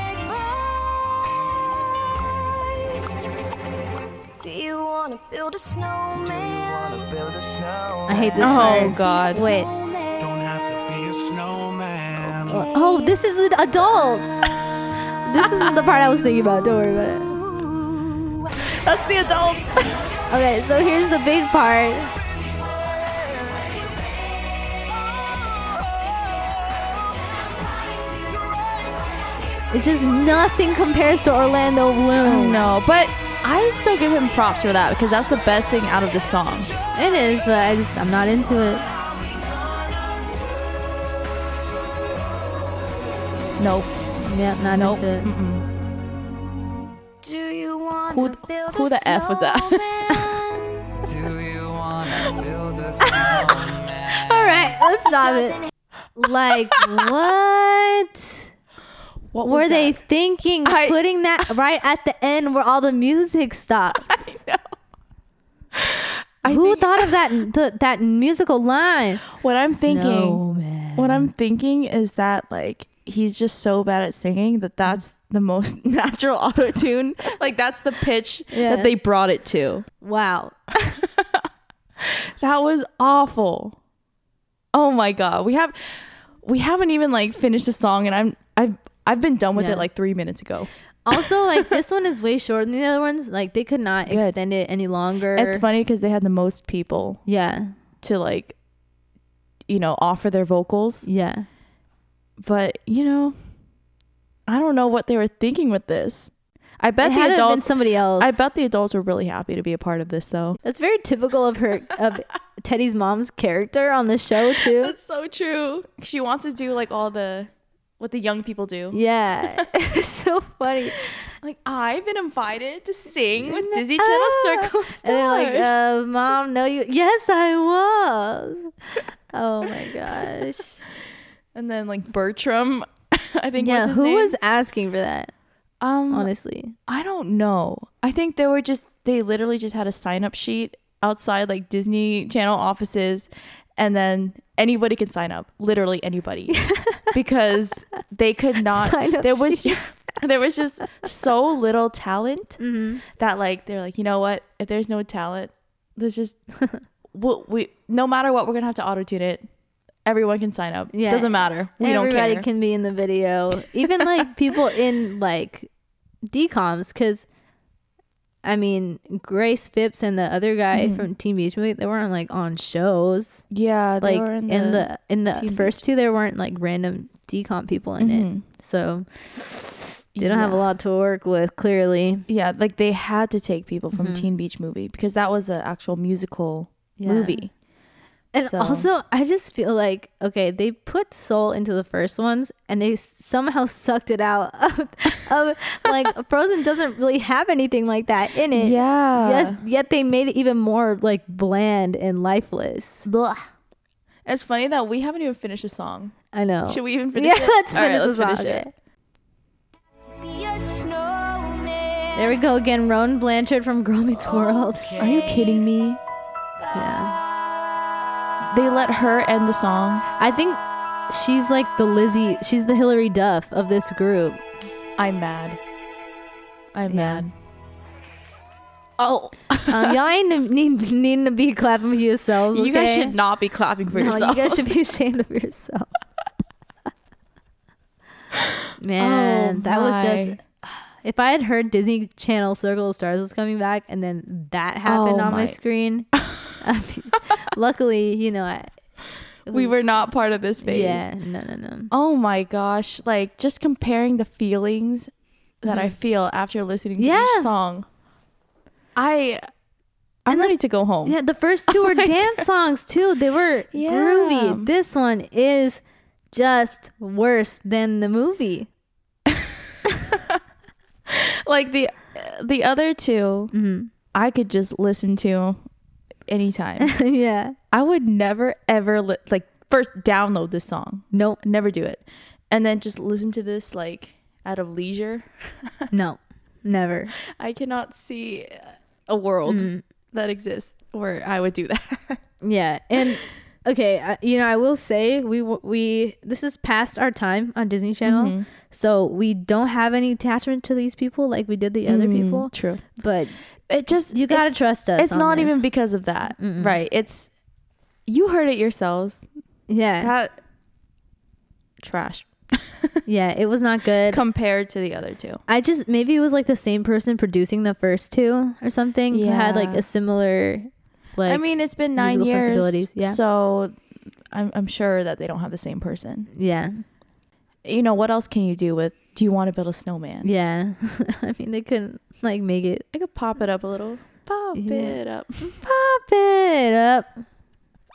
S3: Do you wanna build a snowman?
S1: I hate this
S2: Oh
S1: part.
S2: God.
S1: Wait.
S6: Don't have to be a snowman.
S1: Oh, this is the adults. this isn't the part I was thinking about. Don't worry about it.
S2: That's the adults.
S1: Okay, so here's the big part. It's just nothing compares to Orlando Bloom.
S2: no, but I still give him props for that because that's the best thing out of the song.
S1: It is, but I just I'm not into it.
S2: Nope.
S1: Yeah, not
S2: Nope.
S1: into it.
S2: Mm-mm.
S3: Do you wanna
S2: Who-
S3: build
S2: who
S3: a
S2: the F was that? *laughs*
S3: snowman?
S1: All right, let's stop it. Like what?
S2: What
S1: Were
S2: was
S1: they
S2: that?
S1: thinking
S2: I- *laughs*
S1: putting that right at the end where all the music stops? Who thought of
S2: *laughs*
S1: that th- that musical line?
S2: What I'm thinking.
S1: Snowman.
S2: What I'm thinking is that like he's just so bad at singing that that's the most *laughs* natural auto tune. like that's the pitch
S1: Yeah.
S2: that they brought it to.
S1: Wow.
S2: That was awful. Oh my god, we have we haven't even like finished the song, and I'm I've I've been done with
S1: Yeah.
S2: it like three minutes ago.
S1: Also, like this one is way shorter than the other ones. Like they could not
S2: Good.
S1: extend it any longer.
S2: It's funny because they had the most people
S1: Yeah,
S2: to like you know offer their vocals,
S1: yeah.
S2: but you know I don't know what they were thinking with this. I bet
S1: It had to have
S2: the
S1: been
S2: adults
S1: somebody else.
S2: I bet the adults were really happy to be a part of this, though.
S1: That's very typical of her
S2: *laughs*
S1: of Teddy's mom's character on the show too.
S2: so true. She wants to do like all the what the young people do.
S1: Yeah. *laughs* it's so funny.
S2: Like I've been invited to sing with Disney
S1: Ah.
S2: Channel
S1: *laughs*
S2: Circle Stars.
S1: And they're like, uh, mom, no you Yes, I was. Oh my gosh.
S2: *laughs* And then like Bertram, *laughs* I think.
S1: yeah,
S2: was his
S1: who
S2: name.
S1: was asking for that?
S2: Um,
S1: honestly.
S2: I don't know. I think they were just they literally just had a sign up sheet outside like Disney Channel offices and then anybody could sign up. Literally
S1: *laughs*
S2: anybody. because they could not
S1: Sign up
S2: there was *laughs* there was just so little talent
S1: Mm-hmm.
S2: that like they're like, you know what? If there's no talent, let's
S1: *laughs*
S2: just we, we no matter what we're gonna have to auto tune it. Everyone can sign up.
S1: Yeah.
S2: Doesn't matter. We don't care.
S1: Everybody can be in the video. Even
S2: *laughs*
S1: like people in like decoms, because I mean Grace Phipps and the other guy
S2: Mm-hmm.
S1: from Team Beach Movie, they weren't like on shows.
S2: yeah, they
S1: like
S2: were
S1: in, the in the
S2: Teen Mm-hmm.
S1: first two there weren't like random decomp people in it so they don't have a
S2: Yeah.
S1: lot to work with clearly
S2: Yeah, like they had to take people from Teen Beach Movie because that was an actual musical
S1: Yeah.
S2: movie.
S1: and
S2: So-
S1: also i just feel like okay they put soul into the first ones and they s- somehow sucked it out *laughs* of, of like frozen doesn't really have anything like that in it
S2: Yeah.
S1: yes yet they made it even more like bland and lifeless
S2: It's funny that we haven't even finished a song.
S1: i know
S2: Should
S1: *laughs*
S2: we even finish
S1: yeah
S2: it?
S1: let's
S2: All right,
S1: finish
S2: let's
S1: this off
S2: finish it.
S1: okay.
S3: Be a snowman.
S1: there we go again roan blanchard from girl meets world
S2: Are you kidding me?
S1: yeah
S2: They let her end the song.
S1: I think she's like the Lizzie, she's the Hillary Duff of this group.
S2: I'm mad. I'm
S1: Yeah.
S2: mad. Oh, *laughs*
S1: Um, y'all ain't need, needing to be clapping for yourselves.
S2: you guys
S1: okay?
S2: should not be clapping for
S1: No,
S2: yourself.
S1: you guys should be ashamed of *laughs* yourself.
S2: *laughs*
S1: Man,
S2: Oh,
S1: that was
S2: my.
S1: just. If I had heard Disney Channel Circle of Stars was coming back, and then that happened
S2: Oh,
S1: on my,
S2: my.
S1: *laughs* screen, I'd be- luckily, you know, I, it
S2: we were
S1: was-
S2: not part of this phase.
S1: Yeah, no, no, no.
S2: Oh my gosh! Like just comparing the feelings that I feel after listening to
S1: Yeah.
S2: each song. I, I'm ready to go home.
S1: Yeah, the first *laughs* two were
S2: my
S1: dance songs too. They were
S2: Yeah.
S1: groovy. This one is just worse than the movie. *laughs*
S2: like the the other 2 I could just listen to *laughs* anytime.
S1: yeah.
S2: I would never ever li- like first download this song.
S1: Nope.
S2: Never do it, and then just listen to this like out of leisure.
S1: No. Never.
S2: I cannot see a world that exists where I would do that.
S1: Yeah. And okay, I, you know, I will say we w- we this is past our time on Disney Channel.
S2: Mm-hmm.
S1: So we don't have any attachment to these people like we did the other people,
S2: True.
S1: but
S2: It just
S1: you
S2: Mm.
S1: got to
S2: it's-
S1: trust us.
S2: It's
S1: on
S2: not
S1: this.
S2: even because of that, right? It's you heard it yourselves.
S1: Yeah.
S2: That trash
S1: yeah, it was not good.
S2: compared to the other two.
S1: I just maybe it was like the same person producing the first two or something who had like
S2: Yeah.
S1: a similar like
S2: I mean, it's been nine
S1: musical
S2: years,
S1: sensibilities, yeah.
S2: so I'm, I'm sure that they don't have the same person.
S1: yeah.
S2: You know, what else can you do with? Do you want to build a snowman?
S1: Yeah. *laughs* I mean they couldn't like make it
S2: I could pop it up a little. Pop
S1: Yeah.
S2: it up.
S1: pop it up.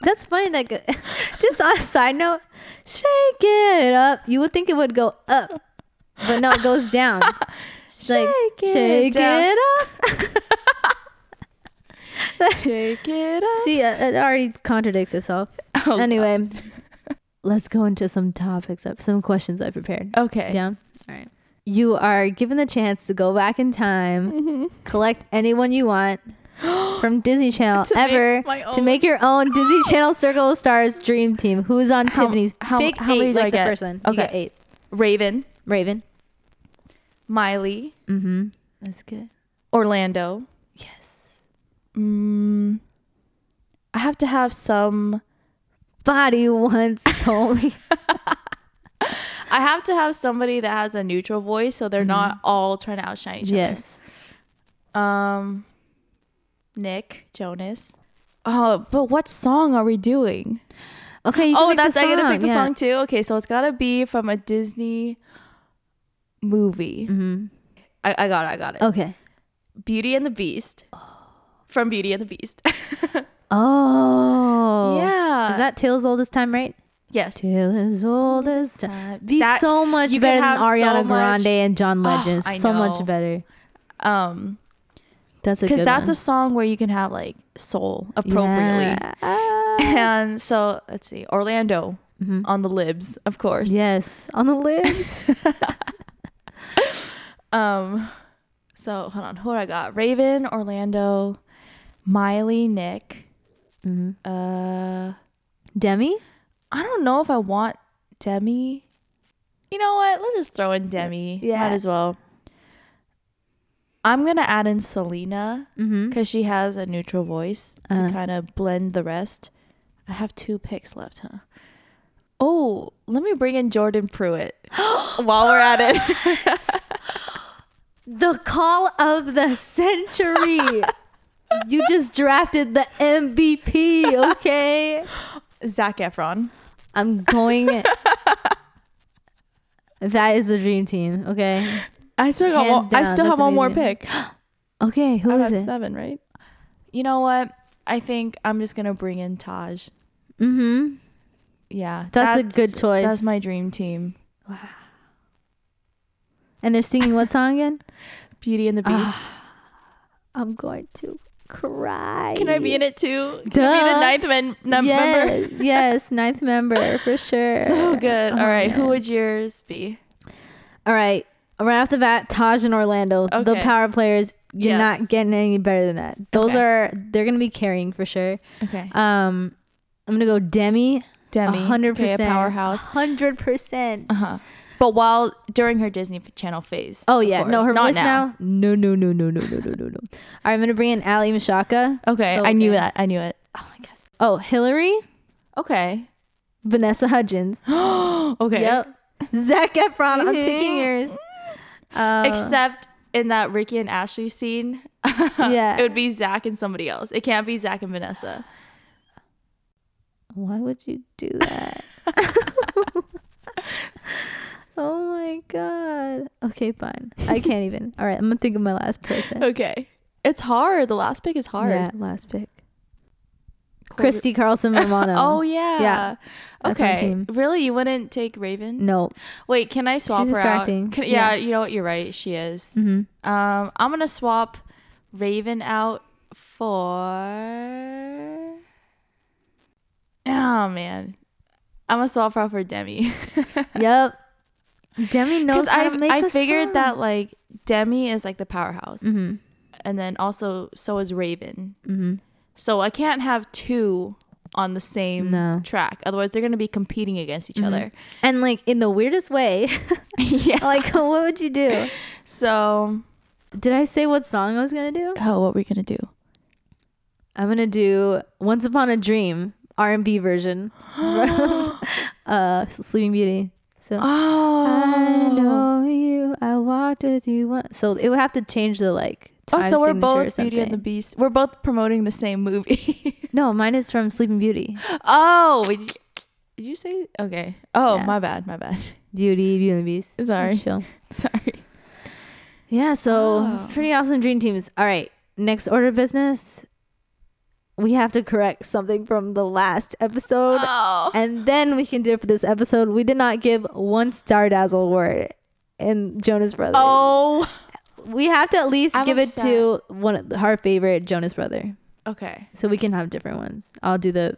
S1: That's funny that go- *laughs* just on a side note, shake it up. You would think it would go up, but no, it goes
S2: *laughs*
S1: down. It's like
S2: Shake it
S1: shake
S2: down."
S1: it up.
S2: *laughs* Shake it up.
S1: See, uh, it already contradicts itself.
S2: Oh,
S1: anyway, let's go into some topics of some questions I prepared.
S2: Okay.
S1: Yeah. All right. You are given the chance to go back in time,
S2: Mm-hmm.
S1: collect anyone
S2: *gasps*
S1: you want from Disney Channel
S2: To make
S1: ever
S2: my
S1: to
S2: own.
S1: make your own Disney Channel Circle of Stars dream team. Who's on
S2: How-
S1: Tiffany's?
S2: how-
S1: Pick
S2: how
S1: eight,
S2: many do
S1: like
S2: I
S1: the
S2: get?
S1: first one. You
S2: Okay.
S1: get eight.
S2: Raven,
S1: Raven. Mm-hmm.
S2: Miley,
S1: That's good.
S2: Orlando.
S1: Yes.
S2: Mm, I have to have some. *laughs*
S1: Body once told me.
S2: I have to have somebody that has a neutral voice, so they're not all trying to outshine each
S1: yes.
S2: other. Um, Nick Jonas. Oh, but what song are we doing?
S1: Okay. You can
S2: oh,
S1: pick
S2: that's
S1: the
S2: I gotta
S1: song,
S2: pick the
S1: yeah.
S2: song too. Okay, so it's gotta be from a Disney movie. Mm-hmm. I, I got it. I got it.
S1: Okay.
S2: Beauty and the Beast. From Beauty and the Beast. *laughs*
S1: Oh.
S2: yeah.
S1: Is that Tayl's oldest time, right?
S2: yes?
S1: Till as old as time.
S2: time.
S1: Be
S2: That-
S1: so much
S2: you could
S1: better than
S2: have so
S1: Ariana Grande
S2: much- Ah,
S1: and John Legend.
S2: I
S1: so much
S2: know.
S1: better.
S2: Um,
S1: That's a good
S2: because that's
S1: one.
S2: a song where you can have like soul appropriately. Uh,
S1: Yeah. Ah.
S2: *laughs* And so let's see, Orlando on the libs, of course. *laughs*
S1: yes, on the lips.
S2: Um, so hold on, who I got? Raven, Orlando, Miley, Nick.
S1: Mm-hmm.
S2: Uh,
S1: Demi?
S2: I don't know if I want Demi. You know what? Let's just throw in Demi.
S1: Yeah.
S2: might as well. I'm gonna add in Selena because she has a neutral voice to kind of blend the rest. I have two picks left, huh? Oh, let me bring in Jordan *gasps* Pruitt while we're at it. *laughs*
S1: The call of the century. you just drafted the MVP, okay?
S2: Zach Efron.
S1: I'm
S2: *laughs*
S1: going. that is the dream team, okay?
S2: I still got
S1: Hands
S2: one. I
S1: down,
S2: still have
S1: that's
S2: one more
S1: amazing.
S2: pick.
S1: Okay, who
S2: I
S1: is
S2: got
S1: it?
S2: seven, right? You know what? I think I'm just gonna bring in Taj.
S1: Mm-hmm.
S2: Yeah,
S1: That's a good choice.
S2: That's my dream team.
S1: And they're singing what song again?
S2: Beauty and the
S1: Ah, *laughs*
S2: Beast.
S1: I'm going to cry.
S2: Can I be in it too? Can I be
S1: Duh.
S2: the ninth men- num- member?
S1: Yes, *laughs* yes, ninth member for
S2: *laughs*
S1: sure.
S2: So good.
S1: Oh,
S2: All right, who
S1: man.
S2: would yours be?
S1: All right. Right off the bat, Taj and Orlando, the
S2: Okay.
S1: power players. You're
S2: Yes.
S1: not getting any better than that. Those
S2: Okay.
S1: are they're gonna be carrying for sure.
S2: Okay,
S1: Um, I'm gonna go Demi.
S2: Demi,
S1: hundred
S2: okay, a
S1: percent
S2: powerhouse.
S1: Hundred percent.
S2: *laughs* Uh huh. *gasps* But while during her Disney Channel phase.
S1: Oh
S2: of
S1: yeah, no,
S2: course.
S1: her
S2: Not
S1: voice now. No, no, no, no, no, no, no, no, no. All right, I'm gonna bring in Ali Mashaka.
S2: Okay,
S1: So
S2: I knew
S1: good.
S2: that. I knew it.
S1: Oh, Hillary,
S2: Okay.
S1: Vanessa Hudgens.
S2: *gasps* okay.
S1: Yep. Zach Efron. I'm
S2: Mhm.
S1: taking yours. Uh,
S2: Except in that Ricky and Ashley scene, *laughs*
S1: Yeah.
S2: it would be Zach and somebody else. It can't be Zach and Vanessa.
S1: Why would you do
S2: *laughs*
S1: that? oh my god. Okay, fine. I can't even. All right, I'm gonna think of my last person.
S2: Okay. It's hard. The last pick is hard.
S1: Yeah, last pick. Christy Carlson Romano.
S2: *laughs* Oh yeah.
S1: Yeah. That's my
S2: Okay.
S1: team.
S2: Really, you wouldn't take Raven? *laughs*
S1: no.
S2: Wait, can I swap
S1: She's
S2: her
S1: distracting.
S2: out? Can,
S1: Yeah. Mm-hmm.
S2: yeah, you know what? You're right. She is. Um, I'm gonna swap Raven out for. Oh man, I'm gonna swap her out for Demi. *laughs*
S1: Yep. Demi knows
S2: Because
S1: how
S2: I
S1: to make
S2: I
S1: a
S2: figured
S1: song.
S2: that like Demi is like the powerhouse, and then also so is Raven. So I can't have two on the same
S1: No.
S2: track, otherwise they're gonna be competing against each other. *laughs*
S1: and like in the weirdest way. *laughs*
S2: yeah. *laughs*
S1: like, what would you do?
S2: So
S1: Did I say what song I was gonna do?
S2: oh, what were we gonna do?
S1: I'm gonna do Once Upon a Dream R and
S2: *gasps*
S1: B version. *laughs* uh Sleeping Beauty. So
S2: Oh,
S1: I know you. I walked with you. once. So it would have to change the like. Time
S2: oh, so we're
S1: signature or
S2: both
S1: something.
S2: Beauty and the Beast. We're both promoting the same movie. *laughs*
S1: No, mine is from Sleeping Beauty.
S2: oh, did you, did you say okay? Oh,
S1: Yeah.
S2: my bad, my bad. *laughs*
S1: Beauty, Beauty and the Beast.
S2: Sorry.
S1: That's chill. Oh.
S2: Sorry.
S1: Yeah. So pretty awesome dream teams. All right. Next order of business. We have to correct something from the last *gasps* episode.
S2: Oh,
S1: And then we can do it for this episode. We did not give one Star Dazzle award in Jonas Brothers.
S2: oh.
S1: we have to at least
S2: I'm
S1: give it to one of our favorite Jonas brother,
S2: Okay,
S1: so we can have different ones. I'll do the.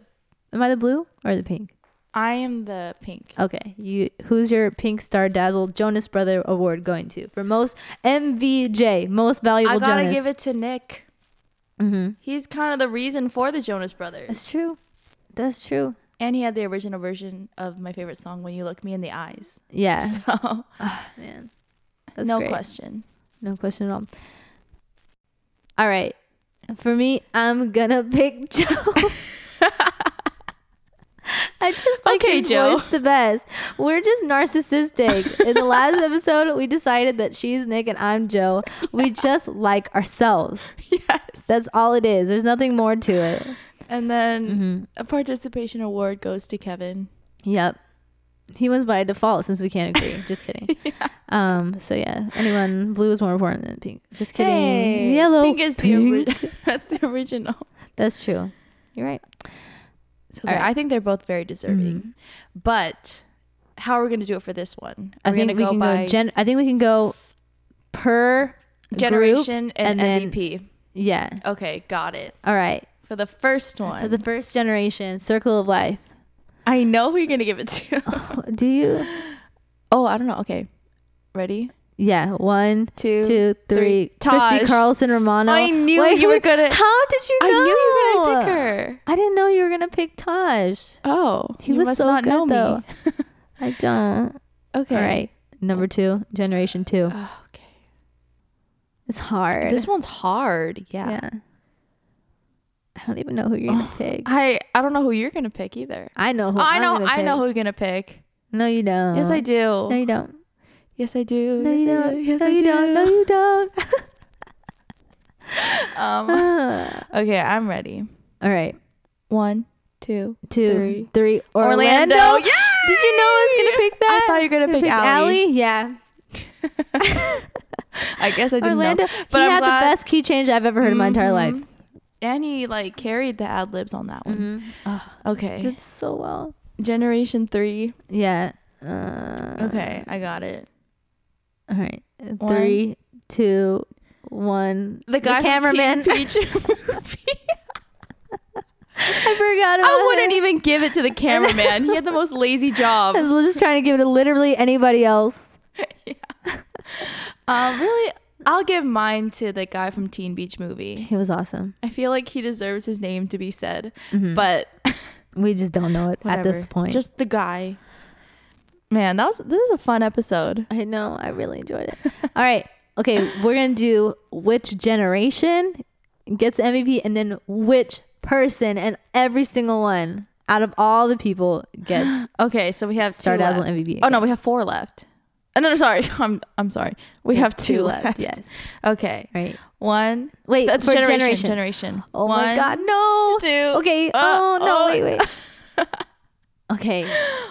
S1: Am I the blue or the pink?
S2: I am the pink.
S1: Okay, you. Who's your pink star dazzle Jonas brother award going to for most MVJ most valuable
S2: I gotta
S1: Jonas?
S2: give it to Nick.
S1: Mhm.
S2: He's kind of the reason for the Jonas Brothers,
S1: That's true. That's true.
S2: and he had the original version of my favorite song, "When You Look Me in the Eyes."
S1: Yeah,
S2: *laughs* So,
S1: man. That's
S2: no
S1: great. *laughs*
S2: question.
S1: No question at all. All right. For me, I'm gonna *laughs* pick Joe.
S2: *laughs*
S1: I just like
S2: Okay,
S1: his
S2: Joe.
S1: voice the best. We're just narcissistic. In
S2: *laughs*
S1: the last episode, we decided that she's Nick and I'm Joe.
S2: *laughs*
S1: We just like ourselves.
S2: Yes.
S1: That's all it is. There's nothing more to it.
S2: And then
S1: Mm-hmm.
S2: a participation award goes to Kevin.
S1: Yep. He wins by default since we can't agree. Just kidding.
S2: *laughs*
S1: Um. So yeah. Anyone? Blue is more important than pink. Just kidding.
S2: Hey,
S1: Yellow.
S2: Pink is the
S1: pink.
S2: ori- *laughs* that's the original.
S1: That's true. You're right.
S2: So they're-
S1: right. Mm-hmm.
S2: I think they're both very deserving. But how are we going to do it for this one?
S1: I
S2: Are
S1: think
S2: gonna
S1: we can go.
S2: by
S1: Gen- I think we can go per group.
S2: generation and,
S1: and then-
S2: MVP.
S1: Yeah.
S2: Okay, got it.
S1: All right.
S2: For the first one,
S1: For the first generation, circle of life.
S2: I know who you're going to give it to.
S1: Do Oh, you?
S2: oh, I don't know. Okay, ready?
S1: Yeah, one,
S2: Two,
S1: two, two, three.
S2: three. Taj.
S1: Christy Carlson Romano.
S2: I knew you
S1: who-
S2: were gonna-
S1: How did you know?
S2: I knew you were gonna pick her.
S1: I didn't know you were gonna pick Taj.
S2: Oh,
S1: He
S2: you
S1: was
S2: must
S1: so
S2: not
S1: good,
S2: know me.
S1: though. I don't.
S2: okay.
S1: All right. Number two, Generation Two.
S2: Oh, okay.
S1: It's hard.
S2: This one's hard. Yeah.
S1: yeah. I don't even know who you're gonna pick.
S2: I I don't know who you're gonna pick either.
S1: I know who.
S2: Oh, I
S1: I'm
S2: know
S1: gonna
S2: I know who
S1: pick.
S2: you're gonna pick.
S1: No, you don't.
S2: yes, I do.
S1: No, you don't.
S2: yes, I do.
S1: No,
S2: Yes,
S1: you
S2: I
S1: don't.
S2: Yes,
S1: no,
S2: I
S1: you don't. No, you don't.
S2: Um, okay, I'm ready.
S1: *laughs* All right.
S2: One, two,
S1: Two,
S2: Three.
S1: three. Orlando.
S2: Orlando.
S1: Did you know I was gonna pick that?
S2: I thought you were gonna pick Allie.
S1: Allie? Yeah.
S2: I guess I didn't
S1: Orlando.
S2: know. But
S1: he
S2: I'm
S1: had
S2: glad- Mm-hmm.
S1: the best key change I've ever heard in my entire life.
S2: And he like carried the ad libs on that one.
S1: Mm-hmm.
S2: Okay.
S1: Did so well.
S2: Generation three.
S1: Yeah. Uh,
S2: Okay, I got it.
S1: All right. Three, two, one.
S2: The guy, from
S1: cameraman.
S2: Teen Peach movie.
S1: *laughs* I forgot. About
S2: I wouldn't
S1: him.
S2: even give it to the cameraman. He had the most lazy *laughs* job.
S1: I was just trying to give it to literally anybody else.
S2: Um, really, I'll give mine to the guy from Teen Beach movie.
S1: He was awesome.
S2: I feel like he deserves his name to be said, but *laughs*
S1: We just don't know it at this
S2: whatever.
S1: point.
S2: just the guy. Man, that was this is a fun episode.
S1: I know. I really enjoyed it. All right. Okay. We're going to do which generation gets the MVP and then which person and every single one out of all the people
S2: *gasps*
S1: gets.
S2: Okay, so we have two
S1: Stardazzle
S2: left.
S1: MVP,
S2: Oh no, we have four left. Oh, no, no, sorry, *laughs* I'm I'm sorry. We have two, left.
S1: Yes.
S2: Okay.
S1: Right.
S2: One.
S1: Wait,
S2: That's
S1: for
S2: generation.
S1: generation.
S2: Generation.
S1: Oh my
S2: One,
S1: God. No.
S2: two,
S1: Okay.
S2: uh,
S1: oh, no.
S2: oh.
S1: Wait, wait.
S2: *laughs*
S1: Okay.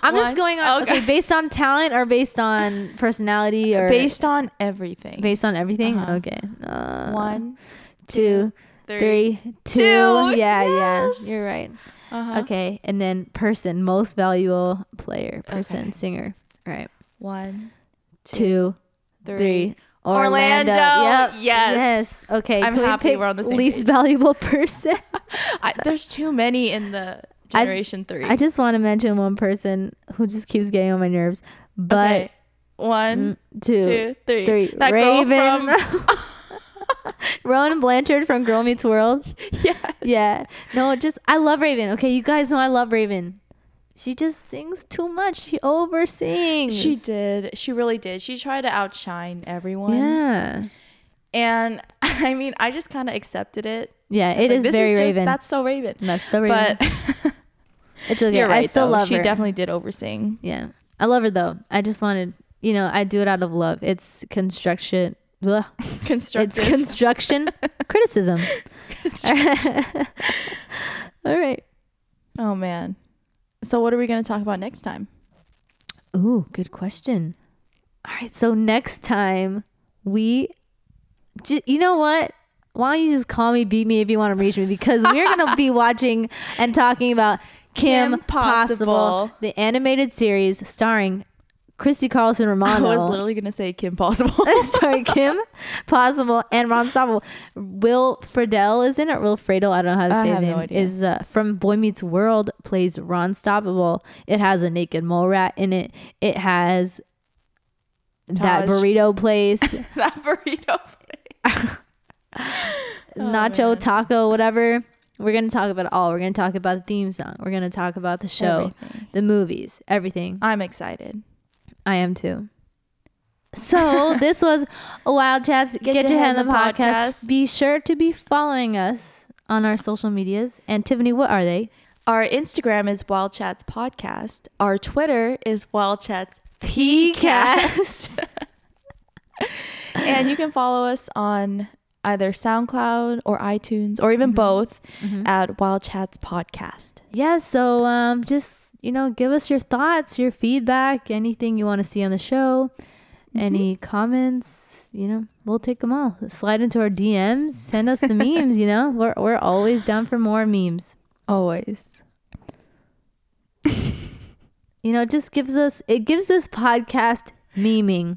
S1: I'm
S2: One.
S1: just going on.
S2: Okay. Uh,
S1: Okay. Based on talent or based on personality or
S2: Based Uh-huh. on everything.
S1: based on everything? Okay. Uh,
S2: One,
S1: two, three, two.
S2: Two.
S1: Yeah,
S2: Yes.
S1: yeah. You're right.
S2: Uh-huh.
S1: Okay, and then person, most valuable player, person, singer. All right.
S2: One,
S1: Two,
S2: three.
S1: three.
S2: Orlando.
S1: Yep.
S2: Yes.
S1: Yes. Okay.
S2: I'm
S1: can we
S2: happy
S1: pick
S2: we're on the same
S1: least
S2: page.
S1: valuable
S2: *laughs*
S1: person.
S2: I, there's too many in the
S1: I-
S2: generation three.
S1: I just want to mention one person who just keeps getting on my nerves. But mm,
S2: okay. one,
S1: two,
S2: two, three.
S1: three.
S2: That
S1: Raven.
S2: girl
S1: *laughs*
S2: from
S1: Rowan Blanchard from Girl Meets World.
S2: *laughs* yeah.
S1: yeah. No, just I love Raven. Okay, you guys know I love Raven. She just sings too much. She over sings.
S2: She did. She really did. She tried to outshine everyone.
S1: Yeah.
S2: And *laughs* I mean, I just kind of accepted it.
S1: Yeah,
S2: Like,
S1: it is
S2: this
S1: very
S2: just-
S1: Raven.
S2: That's so Raven.
S1: That's so Raven.
S2: But
S1: *laughs*
S2: *laughs*
S1: it's okay.
S2: you're right.
S1: I still
S2: though.
S1: love
S2: she
S1: her.
S2: definitely did
S1: *laughs*
S2: oversing.
S1: yeah, I love her though. I just wanted, you know, I do it out of love. It's construction. Blah. It's
S2: Constructive. *laughs*
S1: construction criticism. *laughs* All right.
S2: oh man. So what are we going to talk about next time?
S1: Ooh, good question. All right. So next time we, ju- you know what? Why don't you just call me, beat me if you want to reach me because we're
S2: *laughs*
S1: gonna be watching and talking about Kim,
S2: Kim
S1: Possible.
S2: Possible.
S1: the animated series starring Christy Carlson Romano.
S2: I was literally going to say Kim Possible. *laughs*
S1: *laughs* Sorry, Kim Possible and Ron Stoppel. Will Friedle is in it. Will Friedle, I don't know how to
S2: I
S1: say his
S2: have no
S1: name,
S2: idea.
S1: is uh, from Boy Meets World, plays Ron Stoppable. It has a naked mole rat in it. It has that
S2: Taj. Oh, *laughs*
S1: burrito place,
S2: that burrito.
S1: Nacho Taco, whatever. We're going to talk about it all. We're going to talk about the theme song. We're going to talk about the show, the movies, everything.
S2: I'm excited.
S1: I am too. So this was a Wild Chats Get, Your Head in the podcast.
S2: podcast.
S1: Be sure to be following us on our social medias. And Tiffany, what are they?
S2: Our Instagram is Wild Chats Podcast. Our Twitter is Wild Chats
S1: *laughs* PCast.
S2: and you can follow us on either SoundCloud or iTunes or even
S1: Mm-hmm.
S2: both at Wild Chats Podcast.
S1: yeah, so um, just, you know, give us your thoughts, your feedback, anything you want to see on the show, any comments, you know, we'll take them all. Slide into our DMs, send us the memes, you know. We're, we're always down for more memes.
S2: Always.
S1: You know, it just gives us, it gives this podcast memeing.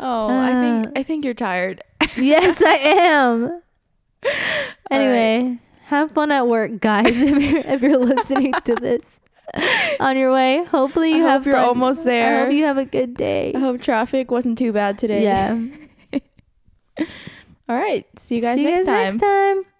S2: Oh, I
S1: Uh.
S2: think I think you're tired. *laughs*
S1: Yes, I am. *laughs* Anyway, have fun at work, guys. If you're if you're listening to this, on your way. Hopefully you
S2: I
S1: have
S2: hope you're
S1: fun.
S2: almost
S1: I
S2: there.
S1: hope you have a good day.
S2: I hope traffic wasn't too bad today.
S1: Yeah.
S2: *laughs* All right. See you guys,
S1: See you
S2: next,
S1: guys
S2: time.
S1: next time.